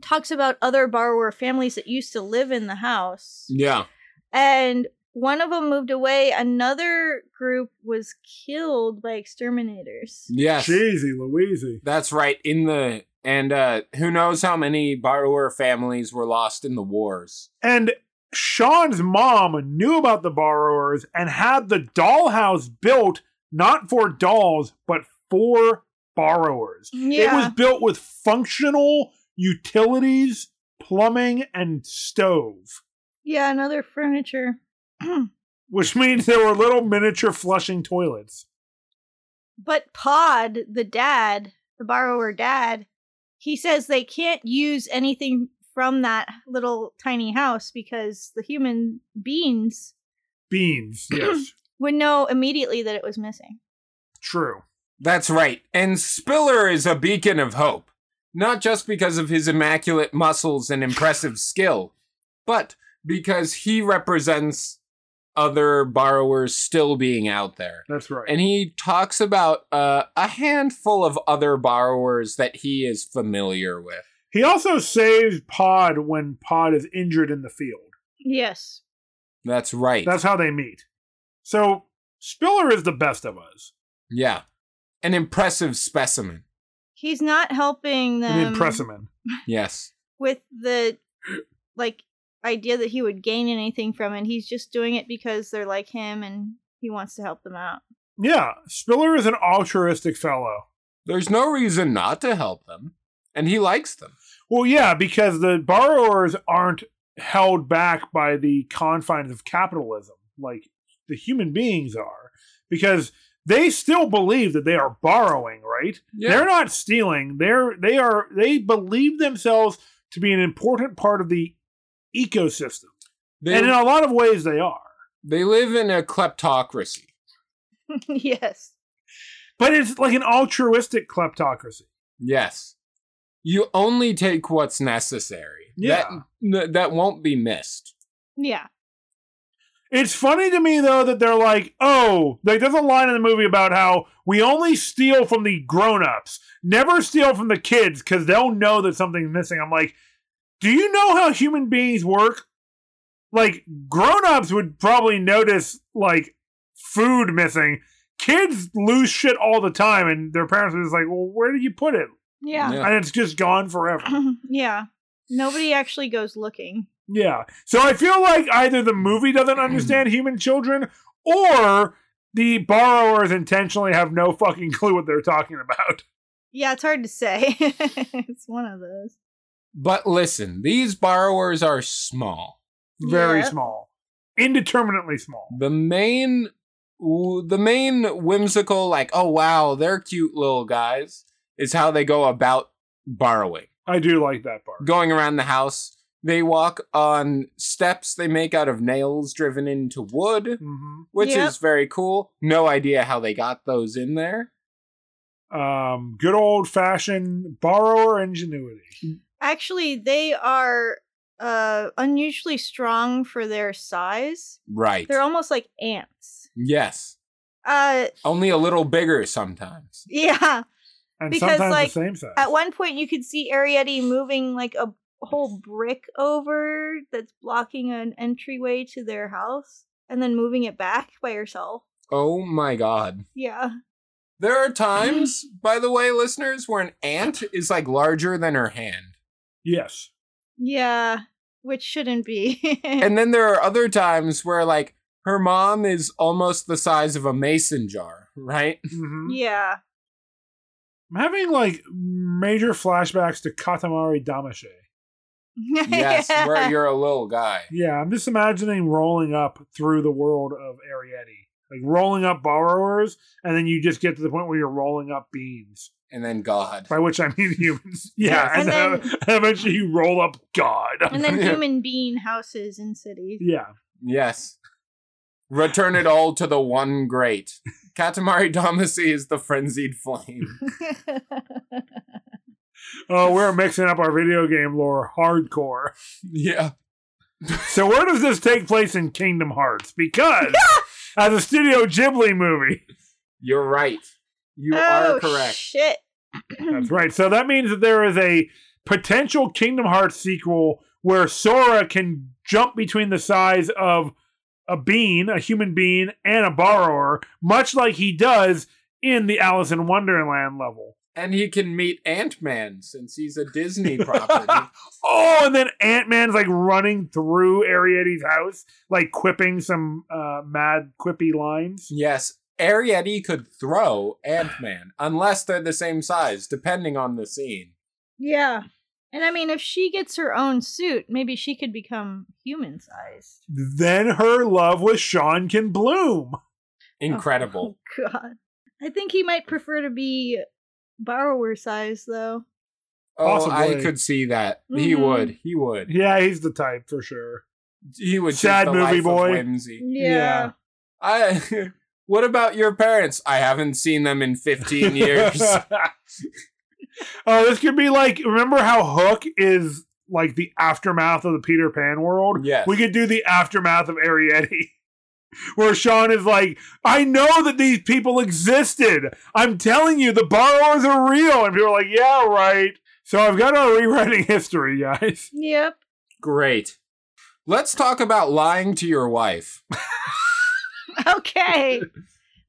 B: talks about other borrower families that used to live in the house.
A: Mm.
C: Yeah.
B: And one of them moved away. Another group was killed by exterminators.
C: Yes.
A: Cheesy, Louise.
C: That's right. In the and uh who knows how many borrower families were lost in the wars.
A: And Sean's mom knew about the borrowers and had the dollhouse built not for dolls, but for borrowers. It was
B: Yeah.
A: built with functional utilities, plumbing, and stove,
B: Yeah, another furniture.
A: which means there were little miniature flushing toilets.
B: But Pod, the dad, the borrower dad, he says they can't use anything from that little tiny house because the human beings
A: Beans, yes,
B: would know immediately that it was missing.
A: true.
C: That's right. And Spiller is a beacon of hope, not just because of his immaculate muscles and impressive skill, but because he represents other borrowers still being out there.
A: That's right.
C: And he talks about uh, a handful of other borrowers that he is familiar with.
A: he also saves Pod when Pod is injured in the field.
B: Yes.
C: That's right.
A: That's how they meet. So Spiller is the best of us.
C: yeah. An impressive specimen.
B: He's not helping them
A: An impressimen.
C: Yes.
B: with the like idea that he would gain anything from it. He's just doing it because they're like him and he wants to help them out.
A: Yeah, Spiller is an altruistic fellow.
C: There's no reason not to help them, and he likes them.
A: Well, yeah, because the borrowers aren't held back by the confines of capitalism like the human beings are, because they still believe that they are borrowing, right? They're not stealing. They're they are they believe themselves to be an important part of the ecosystem,
C: They,
A: and uh, in a lot of ways, they are.
C: they live in a kleptocracy.
B: yes.
A: But it's like an altruistic kleptocracy.
C: Yes. You only take what's necessary.
A: Yeah.
C: That, th- that won't be missed.
B: Yeah.
A: It's funny to me though that they're like, oh, like there's a line in the movie about how we only steal from the grown-ups, never steal from the kids because they'll know that something's missing. I'm like, Do you know how human beings work? Like grown-ups would probably notice like food missing. Kids lose shit all the time, and their parents are just like, "Well, where did you put it?"
B: Yeah.
A: And it's just gone forever.
B: yeah. Nobody actually goes looking.
A: Yeah. So I feel like either the movie doesn't understand human children or the borrowers intentionally have no fucking clue what they're talking about.
B: Yeah, it's hard to say. it's one of those.
C: But listen, these borrowers are small.
A: Very
B: Yeah.
A: small. Indeterminately small.
C: The main the main whimsical like, "Oh wow, they're cute little guys" is how they go about borrowing.
A: I do like that part.
C: Going around the house, they walk on steps they make out of nails driven into wood,
A: Mhm.
C: which
B: Yep.
C: is very cool. No idea how they got those in there.
A: Um, good old fashioned borrower ingenuity.
B: Actually, they are uh unusually strong for their size.
C: Right.
B: They're almost like ants.
C: yes.
B: Uh
C: Only a little bigger sometimes.
B: yeah.
A: And
B: Because,
A: sometimes
B: like,
A: the same size.
B: At one point, you could see Arietti moving like a whole brick over that's blocking an entryway to their house and then moving it back by herself.
C: Oh my god.
B: Yeah.
C: There are times, by the way, listeners, where an ant is like larger than her hand.
A: yes.
B: Yeah. Which shouldn't be.
C: And then there are other times where like her mom is almost the size of a mason jar, right?
A: Mhm.
B: yeah.
A: I'm having like major flashbacks to Katamari Damacy.
C: Yes,
B: Yeah.
C: where you're a little guy.
A: Yeah, I'm just imagining rolling up through the world of Arietti. Like rolling up borrowers, and then you just get to the point where you're rolling up beans.
C: And then God.
A: By which I mean humans. Yeah,
B: Yes.
A: and,
B: And
A: then, eventually you roll up God.
B: and then
C: Yeah.
B: human being houses in cities.
A: yeah.
C: Yes. Return it all to the one great. Katamari Damacy is the frenzied flame.
A: Oh, we're mixing up our video game lore hardcore.
C: yeah.
A: So where does this take place in Kingdom Hearts? Because as a Studio Ghibli movie.
C: You're right. You
B: oh,
C: are correct.
B: Shit.
A: That's right. So that means that there is a potential Kingdom Hearts sequel where Sora can jump between the size of a bean, a human being, and a borrower, much like he does in the Alice in Wonderland level.
C: and he can meet Ant Man since he's a Disney property.
A: Oh, and then Ant Man's like running through Arietti's house, like quipping some uh, mad quippy lines.
C: Yes, Arietti could throw Ant Man unless they're the same size, depending on the scene.
B: Yeah. And I mean, if she gets her own suit, maybe she could become human sized.
A: Then her love with Sean can bloom.
C: Incredible.
B: Oh, God. I think he might prefer to be borrower size, though.
C: Oh, I
A: Possibly. Mm-hmm.
C: could see that. He
B: Mhm.
C: would. He would.
A: Yeah, he's the type for sure.
C: He would. choose
A: Sad
C: the
A: movie
C: life of
A: boy.
C: whimsy.
A: Yeah.
C: I. What about your parents? I haven't seen them in 15 years.
A: oh, this could be like remember how Hook is like the aftermath of the Peter Pan world?
C: Yes.
A: We could do the aftermath of Arietti. Where Sean is like, I know that these people existed. I'm telling you, the borrowers are real. And people are like, yeah, right. So I've got a rewriting history, guys.
B: Yep.
C: Great. Let's talk about lying to your wife.
B: Okay.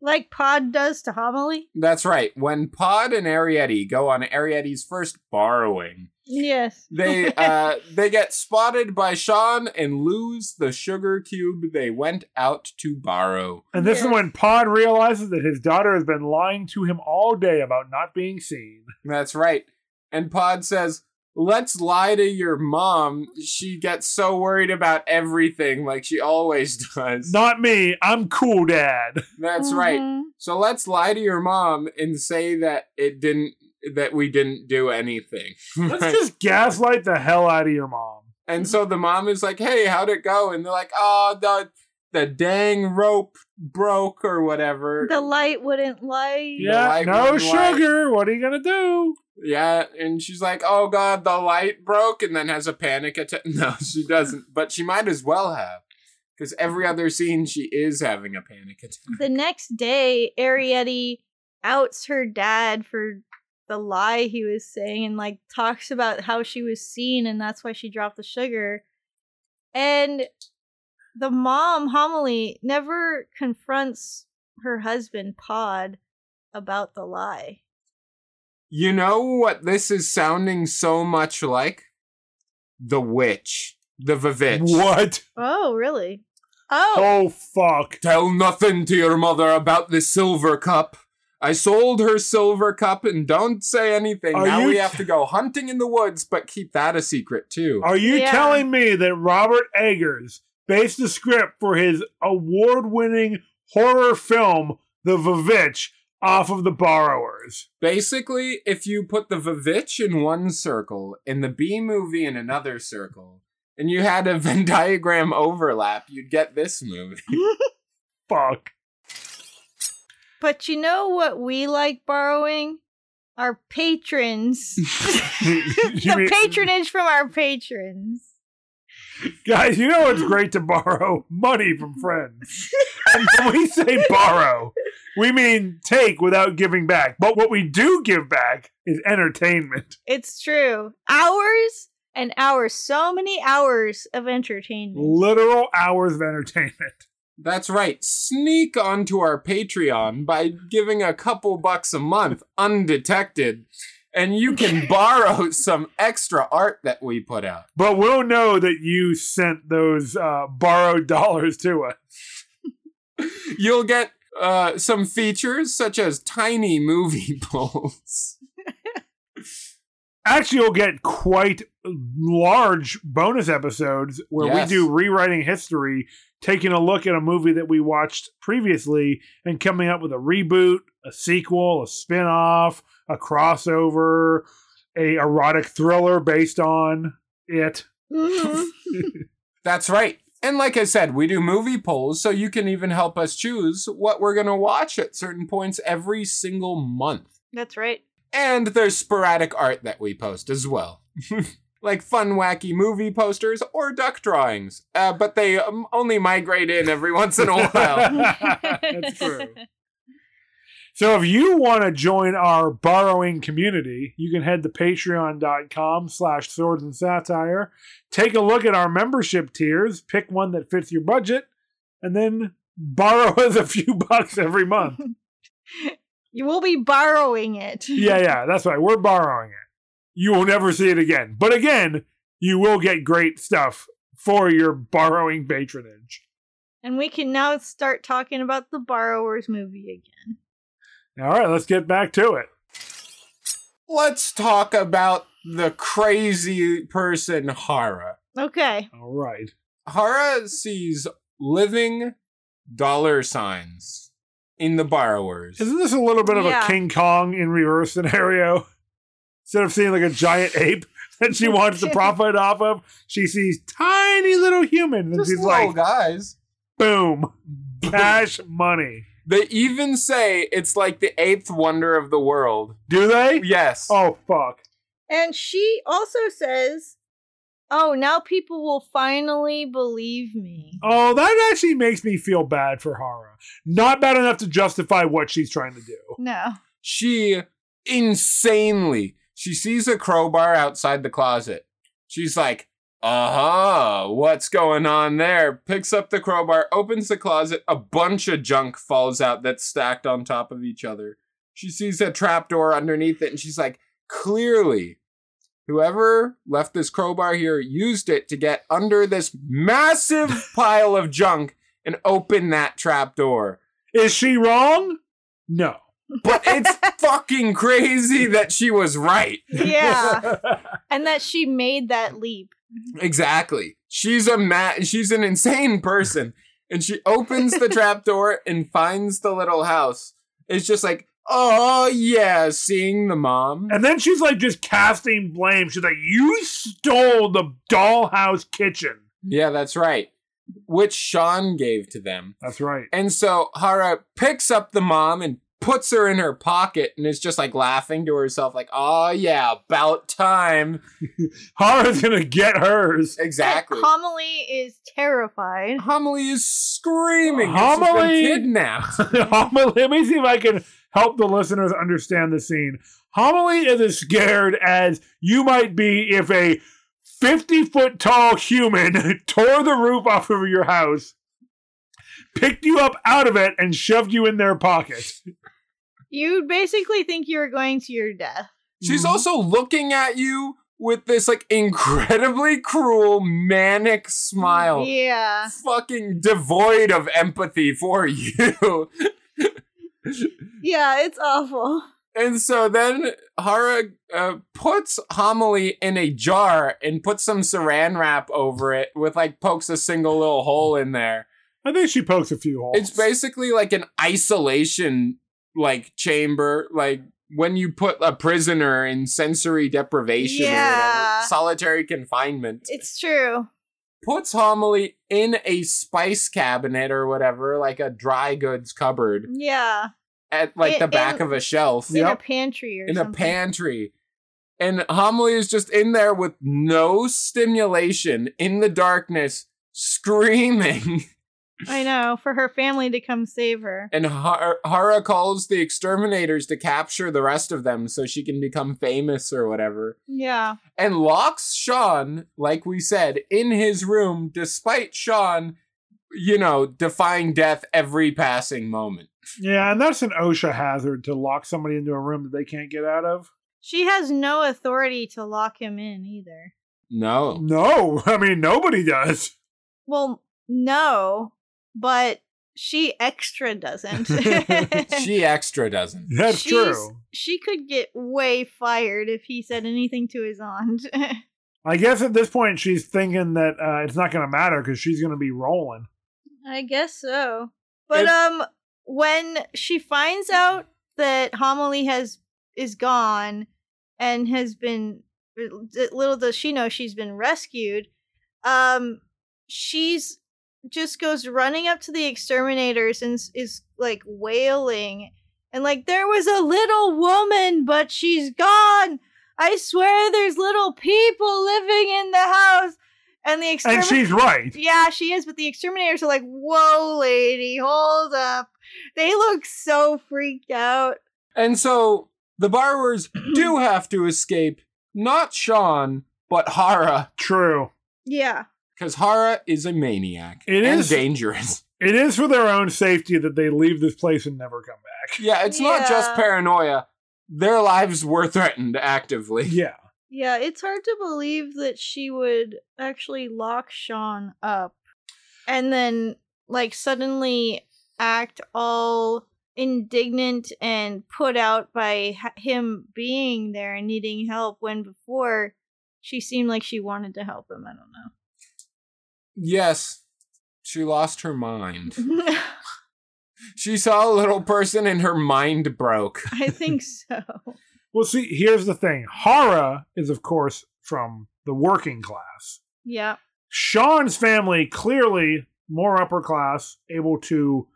B: like Pod does to Homily.
C: That's right. When Pod and Arietti go on Arietti's first borrowing,
B: Yes.
C: they uh they get spotted by Sean and lose the sugar cube they went out to borrow.
A: And this is
B: Yes.
A: when Pod realizes that his daughter has been lying to him all day about not being seen.
C: That's right. And Pod says, "Let's lie to your mom. She gets so worried about everything like she always does."
A: Not me. I'm cool, Dad.
C: That's right.
B: Mhm.
C: So let's lie to your mom and say that it didn't that we didn't do anything.
A: Let's just gaslight the hell out of your mom.
C: And so the mom is like, "Hey, how'd it go?" And they're like, "Oh, the the dang rope broke or whatever."
B: The light wouldn't light.
A: Yeah,
C: light
A: no
C: wouldn't light.
A: sugar. What are you gonna do?
C: Yeah, and she's like, "Oh God, the light broke," and then has a panic attack. No, she doesn't, but she might as well have, because every other scene she is having a panic attack.
B: The next day, Arietti outs her dad for the lie he was saying and like talks about how she was seen and that's why she dropped the sugar. And the mom, Homily, never confronts her husband, Pod, about the lie.
C: You know what this is sounding so much like? The witch. The Vivitch.
A: What?
B: Oh, really?
A: Oh. fuck.
C: Tell nothing to your mother about the silver cup. I sold her silver cup and don't say anything.
A: Are
C: now
A: you
C: we
A: t-
C: have to go hunting in the woods, but keep that a secret too.
A: Are you
B: Yeah.
A: telling me that Robert Eggers based the script for his award winning horror film, The Vivitch, off of The Borrowers?
C: Basically, if you put the Vivitch in one circle and the B movie in another circle, and you had a Venn diagram overlap, you'd get this movie.
A: Fuck.
B: But you know what we like borrowing? Our patrons.
A: You
B: the
A: mean-
B: patronage from our patrons.
A: Guys, you know it's great to borrow money from friends. and when we say borrow, we mean take without giving back. But what we do give back is entertainment.
B: It's true. Hours and hours. So many hours of entertainment.
A: Literal hours of entertainment.
C: That's right. Sneak onto our Patreon by giving a couple bucks a month undetected, and you can borrow some extra art that we put out.
A: But we'll know that you sent those uh, borrowed dollars to us.
C: You'll get uh, some features such as tiny movie polls.
A: Actually, you'll get quite large bonus episodes where
C: Yes.
A: we do rewriting history, taking a look at a movie that we watched previously and coming up with a reboot, a sequel, a spin off, a crossover, a erotic thriller based on it.
B: Mhm.
C: That's right. And like I said, we do movie polls, so you can even help us choose what we're going to watch at certain points every single month.
B: That's right.
C: And there's sporadic art that we post as well. like fun, wacky movie posters or duck drawings. Uh, but they um, only migrate in every once in a while.
A: That's true. So if you want to join our borrowing community, you can head to patreon.com slash swords and satire, take a look at our membership tiers, pick one that fits your budget, and then borrow us a few bucks every month.
B: You will be borrowing it.
A: yeah, yeah, that's right. We're borrowing it. You will never see it again. But again, you will get great stuff for your borrowing patronage.
B: And we can now start talking about the Borrowers movie again.
A: All right, let's get back to it.
C: Let's talk about the crazy person Hara.
B: Okay.
A: All right.
C: Hara sees living dollar signs in the borrowers.
A: Isn't this a little bit of
B: Yeah.
A: a King Kong in reverse scenario? Instead of seeing like a giant ape that she wants to profit off of, she sees tiny little humans and
C: Just
A: she's
C: little
A: like,
C: guys.
A: boom, cash money.
C: They even say it's like the eighth wonder of the world.
A: Do they?
C: Yes.
A: Oh, fuck.
B: And she also says, Oh, now people will finally believe me.
A: Oh, that actually makes me feel bad for Hara. Not bad enough to justify what she's trying to do.
B: No.
C: she insanely she sees a crowbar outside the closet she's like uh-huh what's going on there picks up the crowbar opens the closet a bunch of junk falls out that's stacked on top of each other she sees a trapdoor underneath it and she's like clearly whoever left this crowbar here used it to get under this massive pile of junk and open that trapdoor
A: Is she wrong? No.
C: but it's fucking crazy that she was right.
B: Yeah. and that she made that leap.
C: Exactly. She's a mad she's an insane person. And she opens the trapdoor and finds the little house. It's just like, oh yeah, seeing the mom.
A: And then she's like just casting blame. She's like, you stole the dollhouse kitchen.
C: Yeah, that's right. Which Sean gave to them.
A: That's right.
C: And so Hara picks up the mom and puts her in her pocket and is just like laughing to herself, like, oh yeah, about time.
A: Hara's gonna get hers.
C: Exactly.
B: Homily is terrified.
C: Homily is screaming.
A: Homily-
C: Homily kidnapped.
A: Hama- Let me see if I can help the listeners understand the scene. Homily is as scared as you might be if a 50 foot tall human tore the roof off of your house, picked you up out of it, and shoved you in their pocket.
B: You basically think you're going to your death.
C: She's also looking at you with this like incredibly cruel manic smile.
B: Yeah.
C: Fucking devoid of empathy for you.
B: Yeah, it's awful.
C: And so then Hara uh, puts homily in a jar and puts some saran wrap over it with like pokes a single little hole in there.
A: I think she pokes a few holes.
C: It's basically like an isolation like chamber, like when you put a prisoner in sensory deprivation or
B: Yeah.
C: whatever, solitary confinement.
B: It's true.
C: puts homily in a spice cabinet or whatever, like a dry goods cupboard
B: Yeah.
C: at like
B: In-
C: the back
B: in-
C: of a shelf.
B: In a
A: Yep.
B: pantry or
C: in a
B: something.
C: pantry. And Homily is just in there with no stimulation in the darkness, screaming.
B: I know, for her family to come save her.
C: And Har- Hara calls the exterminators to capture the rest of them so she can become famous or whatever.
B: Yeah.
C: And locks Sean, like we said, in his room, despite Sean, you know, defying death every passing moment.
A: yeah, and that's an OSHA hazard to lock somebody into a room that they can't get out of.
B: She has no authority to lock him in either.
C: No.
A: No, I mean, nobody does.
B: Well, no, but she extra doesn't.
C: She extra doesn't.
A: That's
B: She's-
A: true.
B: she could get way fired if he said anything to his aunt.
A: I guess at this point she's thinking that uh, it's not going to matter because she's going to be rolling.
B: I guess so. But
C: If-
B: um when she finds out that Homily has is gone and has been little does she know she's been rescued, um she's just goes running up to the exterminators and s- is like wailing and like there was a little woman but she's gone. I swear there's little people living in the house. And the
A: And
B: exterminators
A: she's right.
B: yeah, she is, but the exterminators are like, whoa, lady, hold up. They look so freaked out.
C: And so the borrowers do have to escape, not Sean, but Hara,
A: True.
B: Yeah.
C: because Hara is a maniac.
A: It
C: and
A: is-
C: dangerous.
A: It is for their own safety that they leave this place and never come back.
C: Yeah, it's not just
B: Yeah.
C: paranoia. Their lives were threatened actively.
A: Yeah.
B: Yeah, it's hard to believe that she would actually lock Sean up and then, like, suddenly act all indignant and put out by h- him being there and needing help when before she seemed like she wanted to help him. I don't know.
C: Yes, she lost her mind. She saw a little person and her mind broke.
B: I think so.
A: Well, see, here's the thing Hara is, of course, from the working class.
B: Yeah.
A: Sean's family clearly more upper class, able to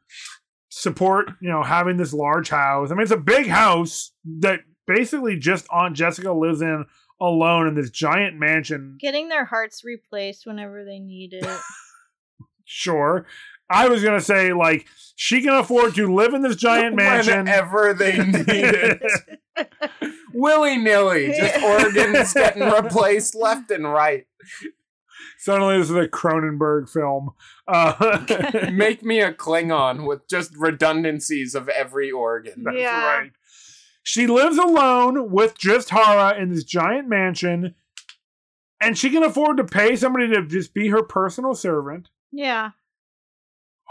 A: support, you know, having this large house. I mean, it's a big house that basically just Aunt Jessica lives in alone in this giant mansion.
B: Getting their hearts replaced whenever they need it.
A: Sure. I was going to say, like, she can afford to live in this giant mansion.
C: Whenever they need it. Willy nilly, just organs getting replaced left and right.
A: Suddenly, this is a Cronenberg film. Uh,
C: Make me a Klingon with just redundancies of every organ.
A: That's
B: Yeah.
A: right. She lives alone with just Hara in this giant mansion, and she can afford to pay somebody to just be her personal servant.
B: yeah.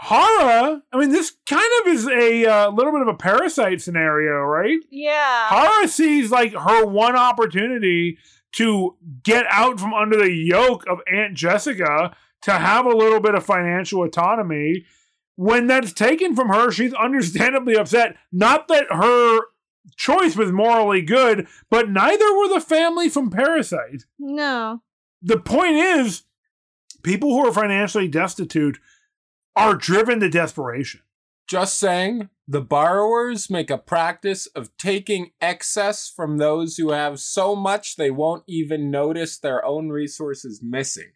A: Hara, I mean, this kind of is a uh, little bit of a parasite scenario, right?
B: Yeah.
A: Hara sees like her one opportunity to get out from under the yoke of Aunt Jessica to have a little bit of financial autonomy. When that's taken from her, she's understandably upset. Not that her choice was morally good, but neither were the family from Parasite.
B: No.
A: The point is, people who are financially destitute are driven to desperation.
C: Just saying, the borrowers make a practice of taking excess from those who have so much they won't even notice their own resources missing.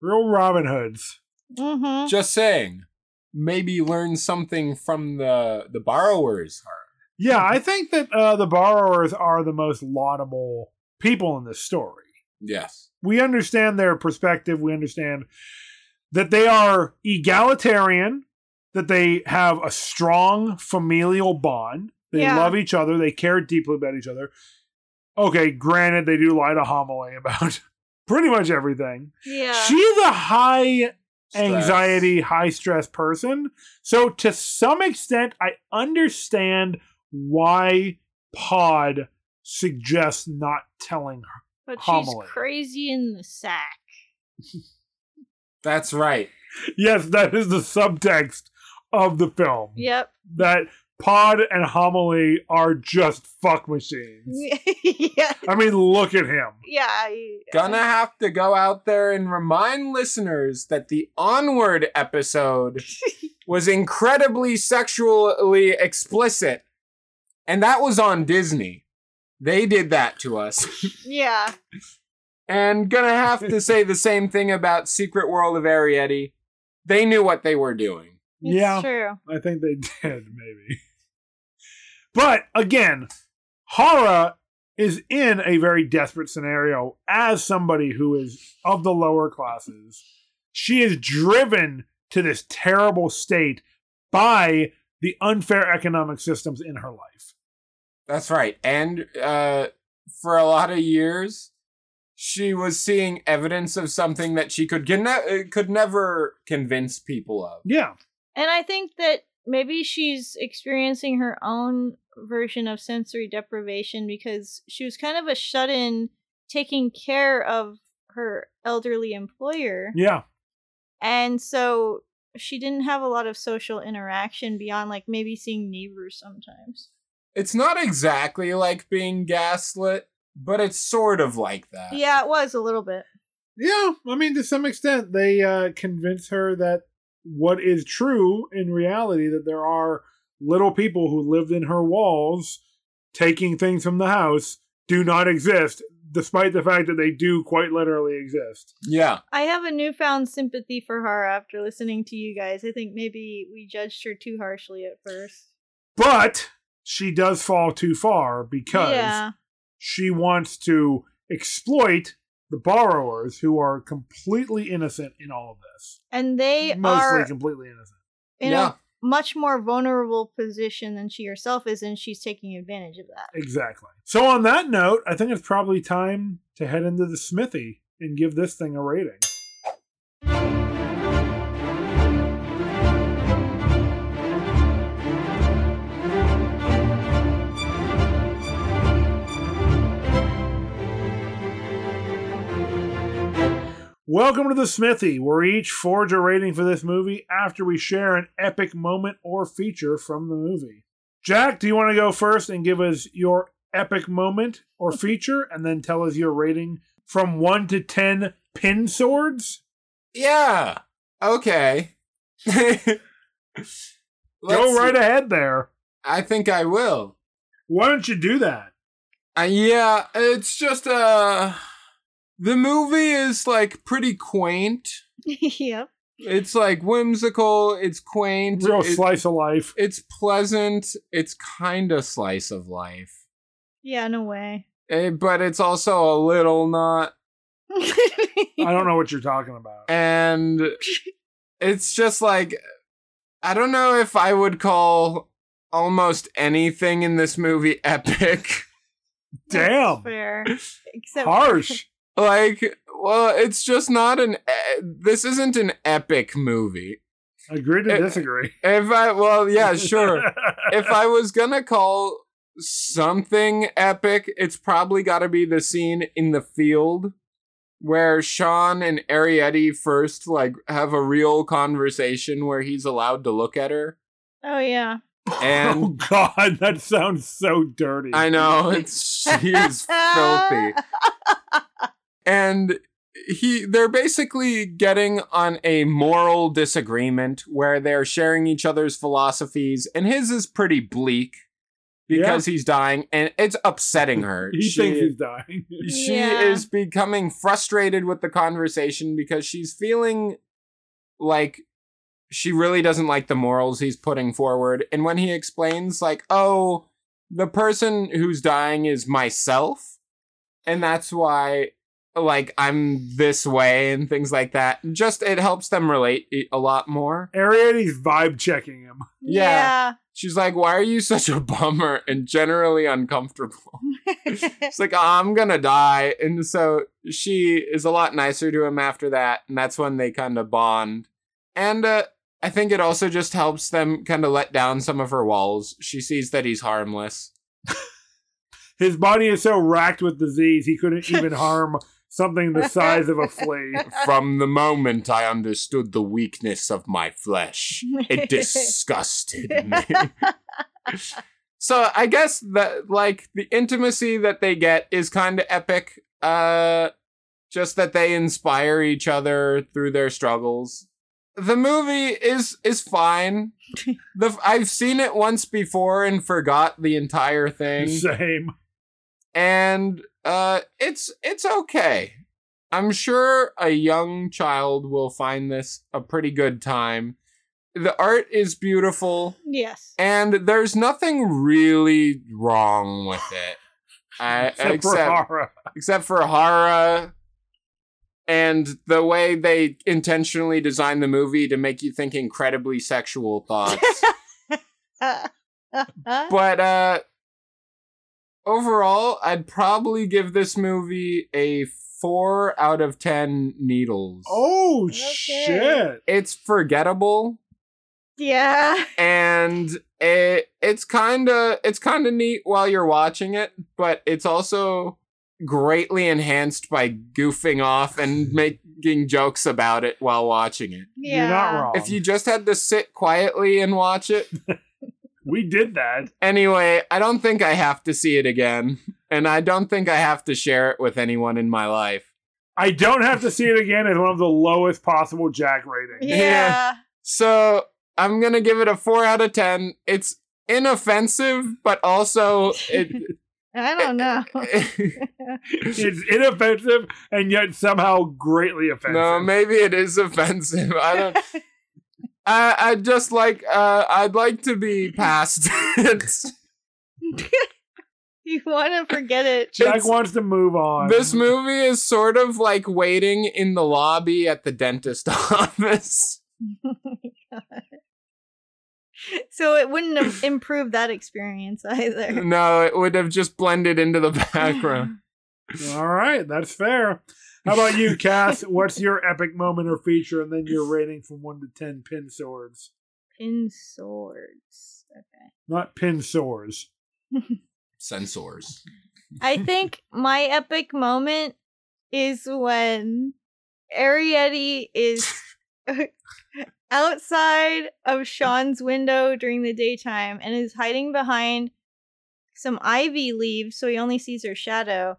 A: Real Robin Hoods.
B: Mm-hmm.
C: Just saying, maybe learn something from the the borrowers.
A: Yeah, I think that uh, the borrowers are the most laudable people in this story.
C: Yes.
A: We understand their perspective. We understand that they are egalitarian, that they have a strong familial bond. They
B: Yeah.
A: love each other. They care deeply about each other. Okay, granted, they do lie to homily about pretty much everything.
B: Yeah.
A: She's a high
C: Stress.
A: anxiety, high stress person. So to some extent, I understand why Pod suggests not telling her.
B: but
A: homily.
B: she's crazy in the sack.
C: That's right.
A: Yes, that is the subtext of the film.
B: Yep.
A: That Pod and Homily are just fuck machines.
B: yeah.
A: I mean, look at him.
B: Yeah. I-
C: Gonna have to go out there and remind listeners that the Onward episode was incredibly sexually explicit. And that was on Disney. They did that to us.
B: Yeah.
C: And gonna have to say the same thing about Secret World of Arietti. They knew what they were doing.
B: It's
A: yeah.
B: True.
A: I think they did, maybe. But again, Hara is in a very desperate scenario as somebody who is of the lower classes. She is driven to this terrible state by the unfair economic systems in her life.
C: That's right. And uh, for a lot of years, she was seeing evidence of something that she could get ne- uh, could never convince people of.
A: Yeah.
B: And I think that maybe she's experiencing her own version of sensory deprivation because she was kind of a shut in taking care of her elderly employer.
A: Yeah.
B: And so she didn't have a lot of social interaction beyond like maybe seeing neighbors sometimes.
C: It's not exactly like being gaslit, but it's sort of like that.
B: Yeah, it was a little bit.
A: Yeah, I mean, to some extent, they uh, convince her that what is true in reality that there are little people who lived in her walls taking things from the house do not exist, despite the fact that they do quite literally exist.
C: Yeah.
B: I have a newfound sympathy for her after listening to you guys. I think maybe we judged her too harshly at first.
A: But she does fall too far because
B: Yeah.
A: she wants to exploit the borrowers who are completely innocent in all of this.
B: And they
A: Mostly
B: are
A: completely innocent.
B: in
C: yeah.
B: a much more vulnerable position than she herself is, and she's taking advantage of that.
A: Exactly. So on that note, I think it's probably time to head into the smithy and give this thing a rating. Welcome to the Smithy, where we each forge a rating for this movie after we share an epic moment or feature from the movie. Jack, do you want to go first and give us your epic moment or feature and then tell us your rating from 1 to 10 pin swords?
C: Yeah. Okay.
A: go right ahead there.
C: I think I will.
A: Why don't you do that?
C: Uh, yeah, it's just uh the movie is like pretty quaint.
B: yep.
C: It's like whimsical, it's quaint,
A: Real
C: it-
A: slice of life.
C: it's pleasant, it's kind of slice of life.
B: Yeah, no way.
C: Eh, but it's also a little not
A: I don't know what you're talking about.
C: and it's just like I don't know if I would call almost anything in this movie epic.
B: That's
A: Damn.
B: Fair. Except
A: Harsh.
C: like well, it's just not an e- this isn't an epic movie.
A: Agree to
C: Eh,
A: disagree.
C: If I well, yeah, sure. if I was gonna call something epic, it's probably got to be the scene in the field where Sean and Arietti first like have a real conversation where he's allowed to look at her.
B: Oh yeah.
A: oh,
C: And-
A: God, that sounds so dirty.
C: I know it's she's filthy, and he they're basically getting on a moral disagreement where they're sharing each other's philosophies, and his is pretty bleak. Because he's dying, and it's upsetting her.
A: he
C: She-
A: thinks he's dying.
C: she
B: Yeah.
C: is becoming frustrated with the conversation because she's feeling like she really doesn't like the morals he's putting forward and when he explains like oh the person who's dying is myself, and that's why like I'm this way and things like that. Just it helps them relate i- a lot more.
A: Ariadne's vibe checking him.
C: Yeah. She's like, "Why are you such a bummer and generally uncomfortable?"
B: Yeah.
C: It's like, "I'm gonna die," and so she is a lot nicer to him after that, and that's when they kind of bond. And uh, I think it also just helps them kind of let down some of her walls. She sees that he's harmless.
A: His body is so racked with disease he couldn't even harm something the size of a flea.
C: From the moment I understood the weakness of my flesh, it disgusted me. so I guess that like the intimacy that they get is kind of epic. Uh, just that they inspire each other through their struggles. The movie is is fine. The I've seen it once before and forgot the entire thing
A: Same.
C: and uh it's it's okay i'm sure a young child will find this a pretty good time the art is beautiful
B: yes.
C: and there's nothing really wrong with it I,
A: Except for Hara.
C: except for Hara and the way they intentionally designed the movie to make you think incredibly sexual thoughts
B: Uh, uh, uh.
C: but uh overall i'd probably give this movie a four out of ten needles
A: Oh
B: Okay.
A: shit.
C: it's forgettable
B: yeah.
C: and it it's kind of it's kind of neat while you're watching it but it's also greatly enhanced by goofing off and making jokes about it while watching it
B: Yeah.
A: You're not wrong.
C: if you just had to sit quietly and watch it
A: we did that.
C: Anyway, I don't think I have to see it again, and I don't think I have to share it with anyone in my life.
A: I don't have to see it again as one of the lowest possible Jack ratings.
B: Yeah.
C: Yeah. So I'm gonna give it a four out of ten. It's inoffensive, but also it,
B: I don't know.
A: It's inoffensive and yet somehow greatly offensive.
C: no, maybe it is offensive. I don't. I I just like uh, I'd like to be past it.
B: you want to forget it.
A: Jack
C: it's-
A: wants to move on.
C: This movie is sort of like waiting in the lobby at the dentist office.
B: Oh So it wouldn't im- improve that experience either.
C: No, it would have just blended into the background.
A: All right, that's fair. How about you, Cass? What's your epic moment or feature, and then your rating from one to ten pin swords,
B: In swords. Okay.
A: not pin sores.
C: sensors.
B: I think my epic moment is when Arietti is outside of Sean's window during the daytime and is hiding behind some ivy leaves so he only sees her shadow.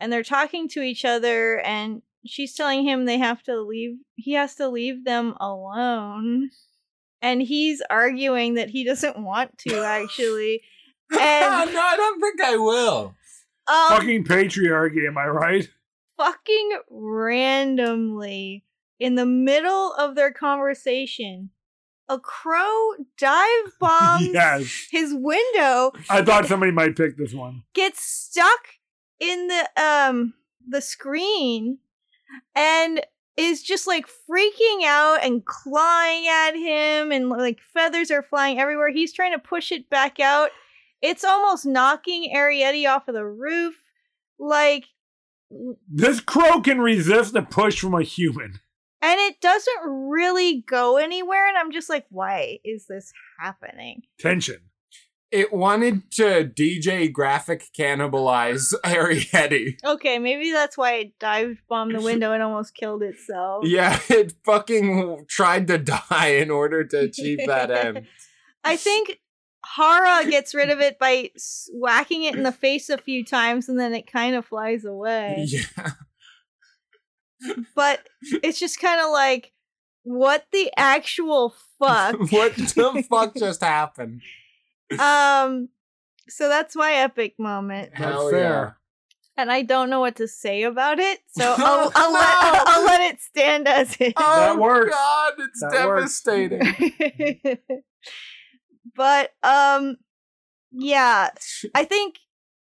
B: And they're talking to each other and she's telling him they have to leave he has to leave them alone. And he's arguing that he doesn't want to actually. And-
C: no, I don't think I will.
B: Um,
A: Fucking patriarchy, am I right?
B: fucking randomly in the middle of their conversation a crow dive bombs
A: yes.
B: his window
A: I thought somebody might pick this one.
B: gets stuck in the um the screen and is just like freaking out and clawing at him and like feathers are flying everywhere he's trying to push it back out it's almost knocking arietti off of the roof like
A: This crow can resist a push from a human.
B: And it doesn't really go anywhere. And I'm just like, why is this happening?
A: Tension.
C: It wanted to DJ graphic cannibalize Arietti.
B: Okay, maybe that's why it dive bombed the window and almost killed itself.
C: Yeah, it fucking tried to die in order to achieve that end.
B: I think Hara gets rid of it by s- whacking it in the face a few times and then it kind of flies away.
C: Yeah.
B: But it's just kind of like, what the actual fuck?
C: what the fuck just happened?
B: um, so that's my epic moment.
A: That's
C: Hell
A: fair.
B: And I don't know what to say about it. So
A: Oh,
B: I'll, I'll, let, I'll let it stand as is.
C: Oh
A: That works.
C: God, it's
A: That works.
C: devastating.
B: but um yeah, I think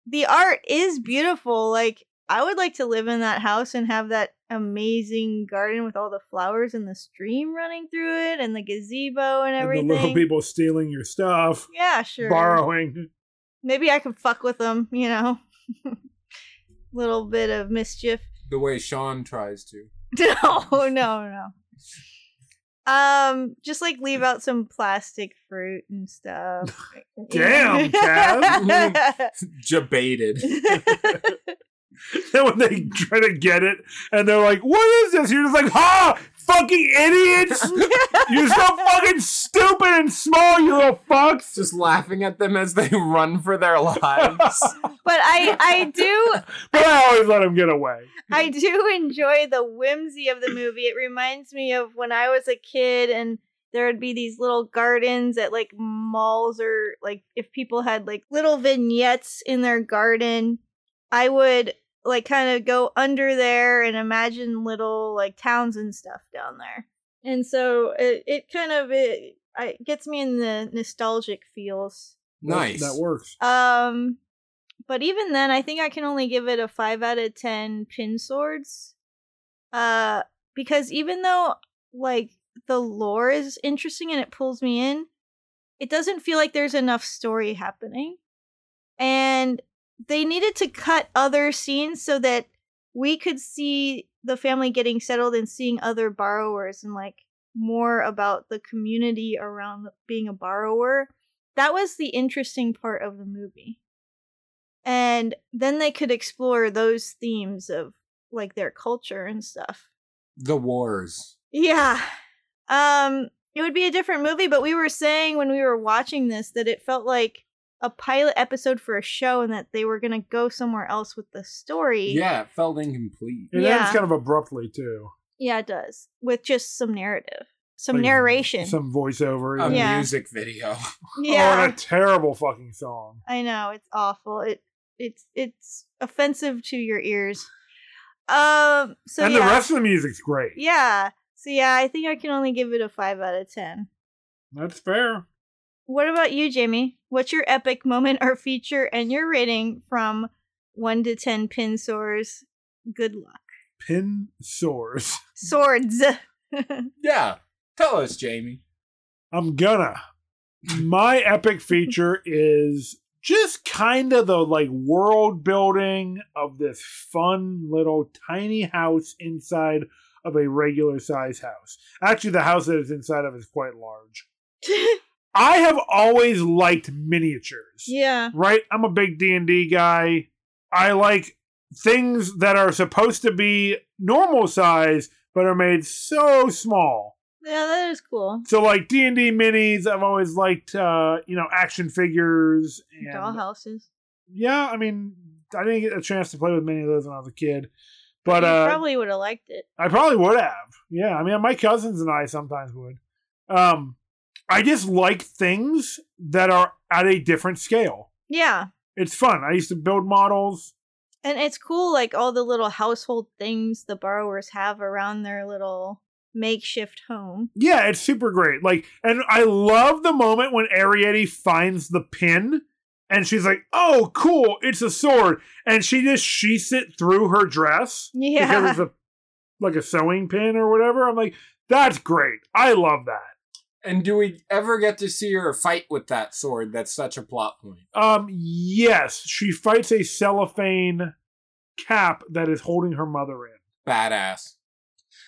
B: the art is beautiful. Like I would like to live in that house and have that amazing garden with all the flowers and the stream running through it and the gazebo
A: And
B: and
A: the
B: everything.
A: little people stealing your stuff,
B: yeah, sure.
A: borrowing.
B: Maybe I can fuck with them, you know. little bit of mischief.
C: the way Sean tries to.
B: No, no, no. Um, just like leave out some plastic fruit and stuff.
A: Damn, Kev.
C: Jebaited.
A: And when they try to get it, and they're like, "What is this?" You're just like, "Ha! Fucking idiots! You're so fucking stupid and small, you little fucks!"
C: Just laughing at them as they run for their lives.
B: but I, I do,
A: But I always let them get away.
B: I do enjoy the whimsy of the movie. It reminds me of when I was a kid and there would be these little gardens at like malls or like if people had like little vignettes in their garden, I would like kind of go under there and imagine little like towns and stuff down there. And so it, it kind of it, I- it gets me in the nostalgic feels.
C: nice.
A: That works.
B: Um, but even then, I think I can only give it a five out of ten pin swords. Uh, because even though like the lore is interesting and it pulls me in, it doesn't feel like there's enough story happening, and they needed to cut other scenes so that we could see the family getting settled and seeing other borrowers and like more about the community around being a borrower that was the interesting part of the movie. And then they could explore those themes of like their culture and stuff.
C: The wars.
B: Yeah. Um it would be a different movie, but we were saying when we were watching this that it felt like a pilot episode for a show and that they were going to go somewhere else with the story.
C: Yeah, it felt incomplete.
A: It
B: Yeah.
A: ends kind of abruptly too.
B: Yeah, it does. With just some narrative, some
A: Like,
B: narration.
A: Some voiceover.
C: A
A: yeah.
B: Yeah.
C: music video.
A: Oh,
B: yeah.
A: and a terrible fucking song.
B: I know it's awful. It it's it's offensive to your ears. Um. So
A: and
B: yeah,
A: the rest of the music's great.
B: yeah. So yeah, I think I can only give it a five out of ten.
A: That's fair.
B: What about you, Jamie? What's your epic moment or feature and your rating from one to ten pin sores? Good luck.
A: Pin sores.
B: Swords.
C: Yeah. Tell us, Jamie.
A: I'm gonna. My epic feature is just kind of the like world building of this fun little tiny house inside of a regular size house. Actually, the house that it's inside of is quite large. I have always liked miniatures
B: yeah.
A: right? I'm a big D&D guy. I like things that are supposed to be normal size but are made so small.
B: Yeah, that is cool.
A: So like D&D minis, I've always liked uh, you know, action figures and
B: Dollhouses.
A: yeah, I mean, I didn't get a chance to play with many of those when I was a kid. But
B: you
A: uh
B: probably would have liked it.
A: I probably would have. Yeah, I mean, my cousins and I sometimes would. Um I just like things that are at a different scale.
B: Yeah.
A: It's fun. I used to build models.
B: And it's cool, like all the little household things the borrowers have around their little makeshift home.
A: Yeah, it's super great. Like, and I love the moment when Arietti finds the pin and she's like, oh, cool, it's a sword. And she just sheaths it through her dress because
B: Yeah.
A: it's a like a sewing pin or whatever. I'm like, that's great. I love that.
C: And do we ever get to see her fight with that sword? That's such a plot point.
A: Um, yes, she fights a cellophane cap that is holding her mother in.
C: Badass.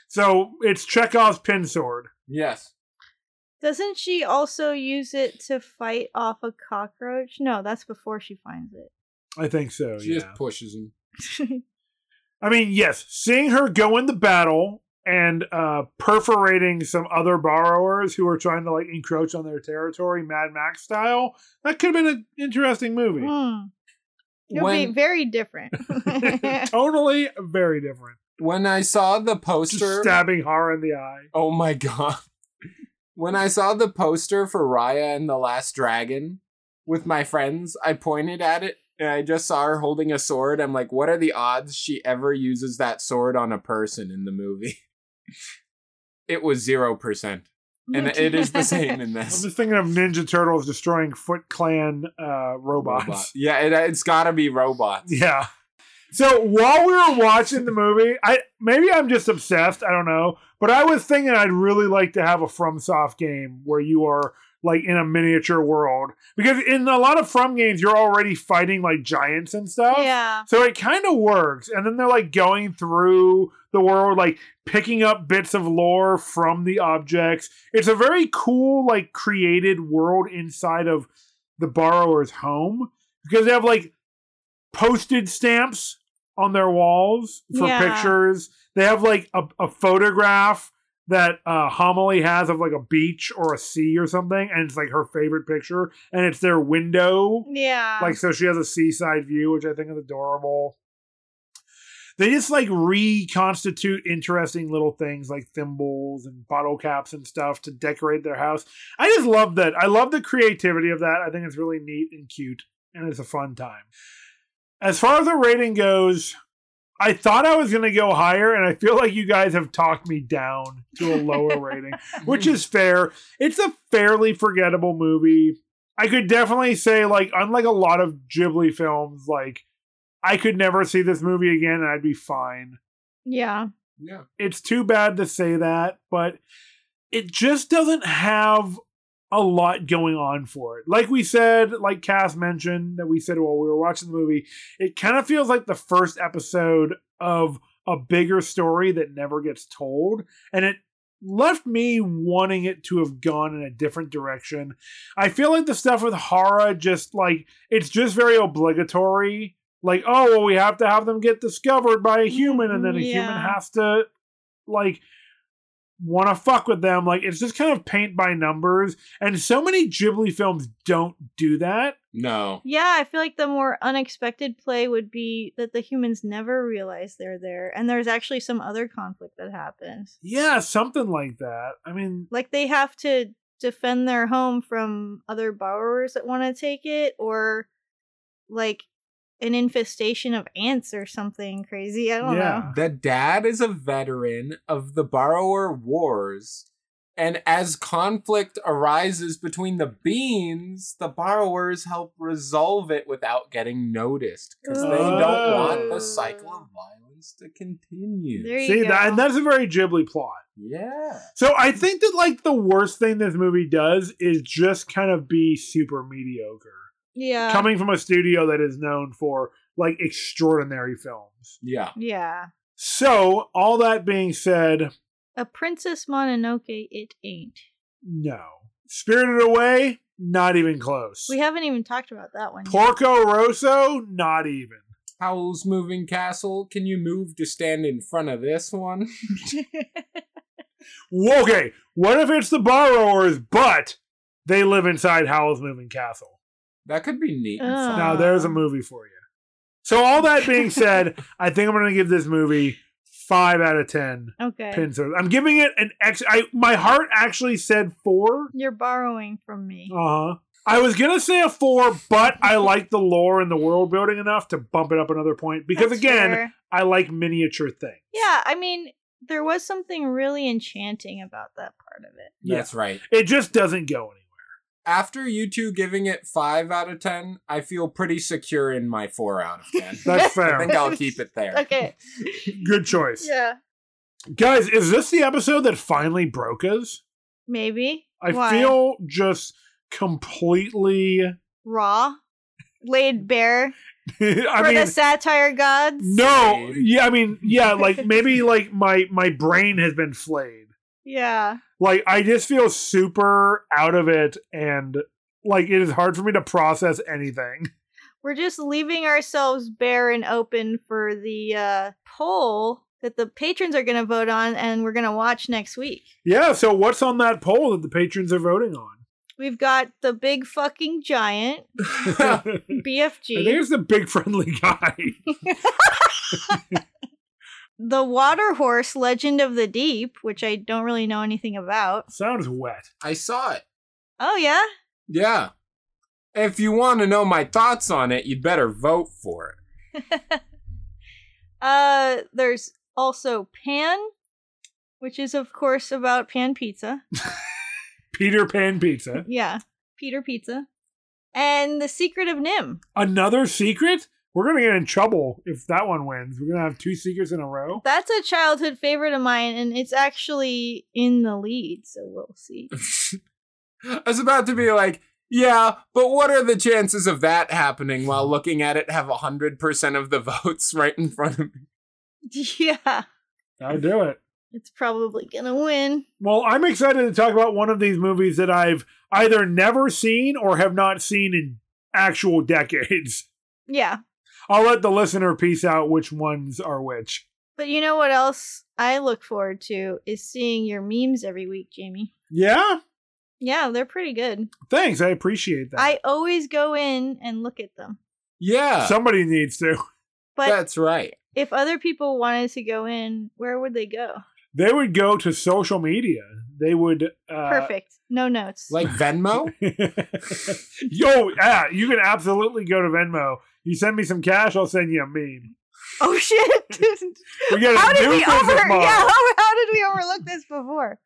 A: So it's Chekhov's pin sword.
C: Yes.
B: Doesn't she also use it to fight off a cockroach? No, that's before she finds
A: I think so.
C: she
A: Oh, yeah.
C: just pushes him.
B: it.
A: I mean, yes, seeing her go into battle and uh, perforating some other borrowers who are trying to like encroach on their territory, Mad Max style, that could have been an interesting movie.
B: Hmm. It would be
C: When,
B: very different.
A: totally very different.
C: when I saw the
A: Just
C: poster,
A: stabbing horror in the eye.
C: oh my god. When I saw the poster for Raya and the Last Dragon with my friends, I pointed at it and I just saw her holding a sword. I'm like, what are the odds she ever uses that sword on a person in the movie? it was 0%. and it is the same in
A: I'm
C: this.
A: just thinking of Ninja Turtles destroying Foot Clan uh, robots.
C: Robot. Yeah, it, it's got to be robots.
A: Yeah. So while we were watching the movie, I maybe I'm just obsessed. I don't know, but I was thinking I'd really like to have a FromSoft game where you are like in a miniature world because in a lot of From games you're already fighting like giants and stuff.
B: yeah.
A: So it kind of works. And then they're like going through the world, like picking up bits of lore from the objects. It's a very cool, like created world inside of the borrower's home because they have like posted stamps on their walls for
B: Yeah.
A: pictures. They have like a, a photograph that uh, Homily has of like a beach or a sea or something. And it's like her favorite picture. And it's their window
B: Yeah.
A: like so she has a seaside view which i think is adorable they just like reconstitute interesting little things like thimbles and bottle caps and stuff to decorate their house i just love that i love the creativity of that i think it's really neat and cute and it's a fun time as far as the rating goes I thought I was going to go higher, and I feel like you guys have talked me down to a lower rating, which is fair. It's a fairly forgettable movie. I could definitely say, like, unlike a lot of Ghibli films, like, I could never see this movie again and I'd be fine.
B: yeah.
C: Yeah.
A: It's too bad to say that, but it just doesn't have a lot going on for it. Like we said, like Cass mentioned that we said while we were watching the movie, it kind of feels like the first episode of a bigger story that never gets told. And it left me wanting it to have gone in a different direction. I feel like the stuff with Hara just like it's just very obligatory. Like, oh well, we have to have them get discovered by a human, and then a human
B: Yeah.
A: has to like want to fuck with them. Like it's just kind of paint by numbers, and so many Ghibli films don't do that.
C: No.
B: Yeah, I feel like the more unexpected play would be that the humans never realize they're there, and there's actually some other conflict that happens.
A: Yeah, something like that. I mean,
B: Like they have to defend their home from other borrowers that want to take it, or like an infestation of ants or something crazy. I don't know.
A: yeah,
C: The dad is a veteran of the borrower wars. And as conflict arises between the beans, the borrowers help resolve it without getting noticed because they don't want
A: Oh.
C: the cycle of violence to continue.
B: There you
A: see
B: go.
A: that, and that's a very Ghibli plot.
C: yeah.
A: So I think that like the worst thing this movie does is just kind of be super mediocre.
B: yeah.
A: Coming from a studio that is known for like extraordinary films.
C: Yeah.
B: yeah.
A: So, all that being said,
B: A Princess Mononoke, it ain't.
A: no. Spirited Away, not even close.
B: We haven't even talked about that one. yet.
A: Porco Rosso, not even.
C: Howl's Moving Castle, can you move to stand in front of this one?
A: Whoa, Okay, what if it's the borrowers, but they live inside Howl's Moving Castle?
C: That could be neat. and
B: Oh.
C: fun.
A: Now there's a movie for you. So all that being said, I think I'm going to give this movie five out of ten
B: okay.
A: pincers. I'm giving it an X. I my heart actually said four.
B: You're borrowing from me.
A: Uh huh. I was gonna say a four, but I like the lore and the world building enough to bump it up another point because
B: That's
A: again,
B: fair.
A: I like miniature things.
B: yeah, I mean, there was something really enchanting about that part of it.
C: That's right.
A: It just doesn't go anywhere.
C: After you two giving it five out of ten, I feel pretty secure in my four out of ten.
A: That's
C: I
A: fair.
C: think I'll keep it there.
B: Okay.
A: Good choice,
B: yeah.
A: guys. Is this the episode that finally broke us?
B: Maybe.
A: I
B: Why?
A: feel just completely.
B: raw, laid bare
A: I
B: for
A: mean,
B: the satire gods.
A: No,
C: Flayed.
A: yeah, I mean, yeah, like maybe like my my brain has been flayed.
B: Yeah.
A: Like I just feel super out of it, and like it is hard for me to process anything.
B: We're just leaving ourselves bare and open for the uh, poll that the patrons are going to vote on and we're going to watch next week.
A: Yeah, so what's on that poll that the patrons are voting on?
B: We've got the big fucking giant,
A: I
C: I
A: think
B: BFG,
A: it's the big friendly guy.
B: the water horse, Legend of the Deep, which I don't really know anything about.
A: Sounds wet.
C: saw it.
B: Oh, yeah?
C: Yeah. If you want to know my thoughts on it, you'd better vote for it.
B: Uh, there's also Pan, which is of course about pan pizza.
A: Peter Pan Pizza.
B: Yeah. Peter Pizza. And The Secret of Nim.
A: Another secret? We're going to get in trouble if that one wins. We're going to have two secrets in a row.
B: That's a childhood favorite of mine, and it's actually in the lead, so we'll see.
C: I was about to be like, yeah, but what are the chances of that happening while looking at it have 100% of the votes right in front of me?
B: yeah.
A: I'll do it.
B: It's probably gonna win.
A: Well, I'm excited to talk about one of these movies that I've either never seen or have not seen in actual decades.
B: Yeah.
A: I'll let the listener piece out which ones are which.
B: But you know what else I look forward to is seeing your memes every week, Jamie.
A: Yeah,
B: Yeah, they're pretty good.
A: thanks. I appreciate that.
B: I always go in and look at them.
C: Yeah,
A: Somebody needs to.
B: But
C: that's right.
B: if other people wanted to go in, where would they go?
A: They would go to social media. They would. Uh,
B: Perfect. No notes.
C: Like Venmo?
A: Yo, yeah, you can absolutely go to Venmo. You send me some cash, I'll send you a meme.
B: oh shit.
A: We got a
B: how did
A: new
B: we
A: business
B: over
A: model.
B: Yeah, how, how did we overlook this before?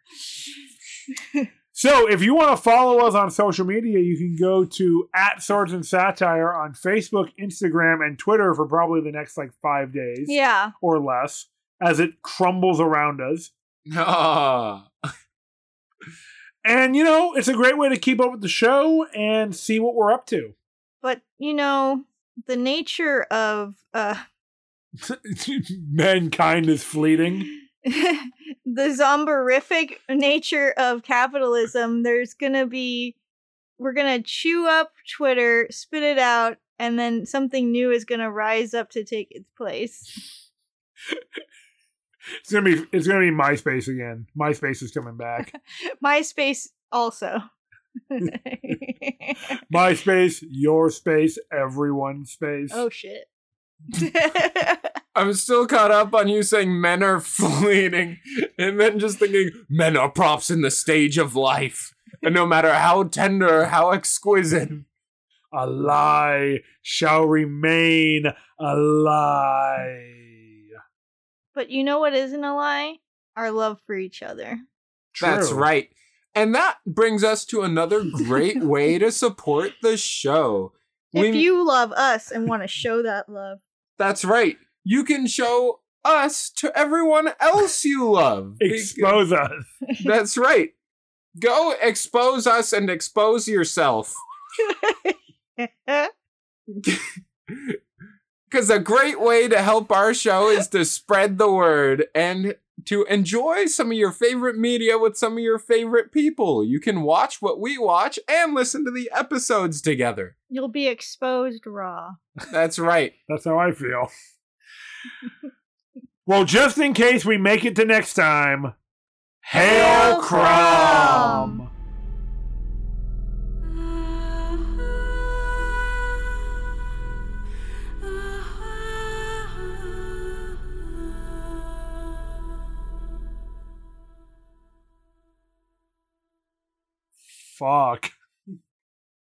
A: So if you want to follow us on social media, you can go to at Swords and Satire on Facebook, Instagram, and Twitter for probably the next like five days
B: Yeah.
A: or less as it crumbles around us.
C: Ah.
A: And you know, it's a great way to keep up with the show and see what we're up to.
B: But you know, the nature of uh
A: Mankind is fleeting.
B: the zomborific nature of capitalism, there's gonna be we're gonna chew up Twitter, spit it out, and then something new is gonna rise up to take its place.
A: It's gonna be it's gonna be MySpace again. MySpace is coming back.
B: MySpace also.
A: MySpace, your space, everyone's space.
B: oh shit.
C: I'm still caught up on you saying men are fleeting and then just thinking men are props in the stage of life. And no matter how tender, how exquisite,
A: A lie shall remain a lie.
B: but you know what isn't a lie? Our love for each other.
C: That's
A: True.
C: right. And that brings us to another great way to support the show.
B: If you love us and want to show that love,
C: that's right. You can show us to everyone else you love.
A: Expose us.
C: That's right. Go expose us and expose yourself. Because a great way to help our show is to spread the word and to enjoy some of your favorite media with some of your favorite people. You can watch what we watch and listen to the episodes together.
B: you'll be exposed raw.
C: That's right.
A: That's how I feel. well, just in case we make it to next time, Hail
B: Hail
A: Crom!
B: Crom!
A: Fuck.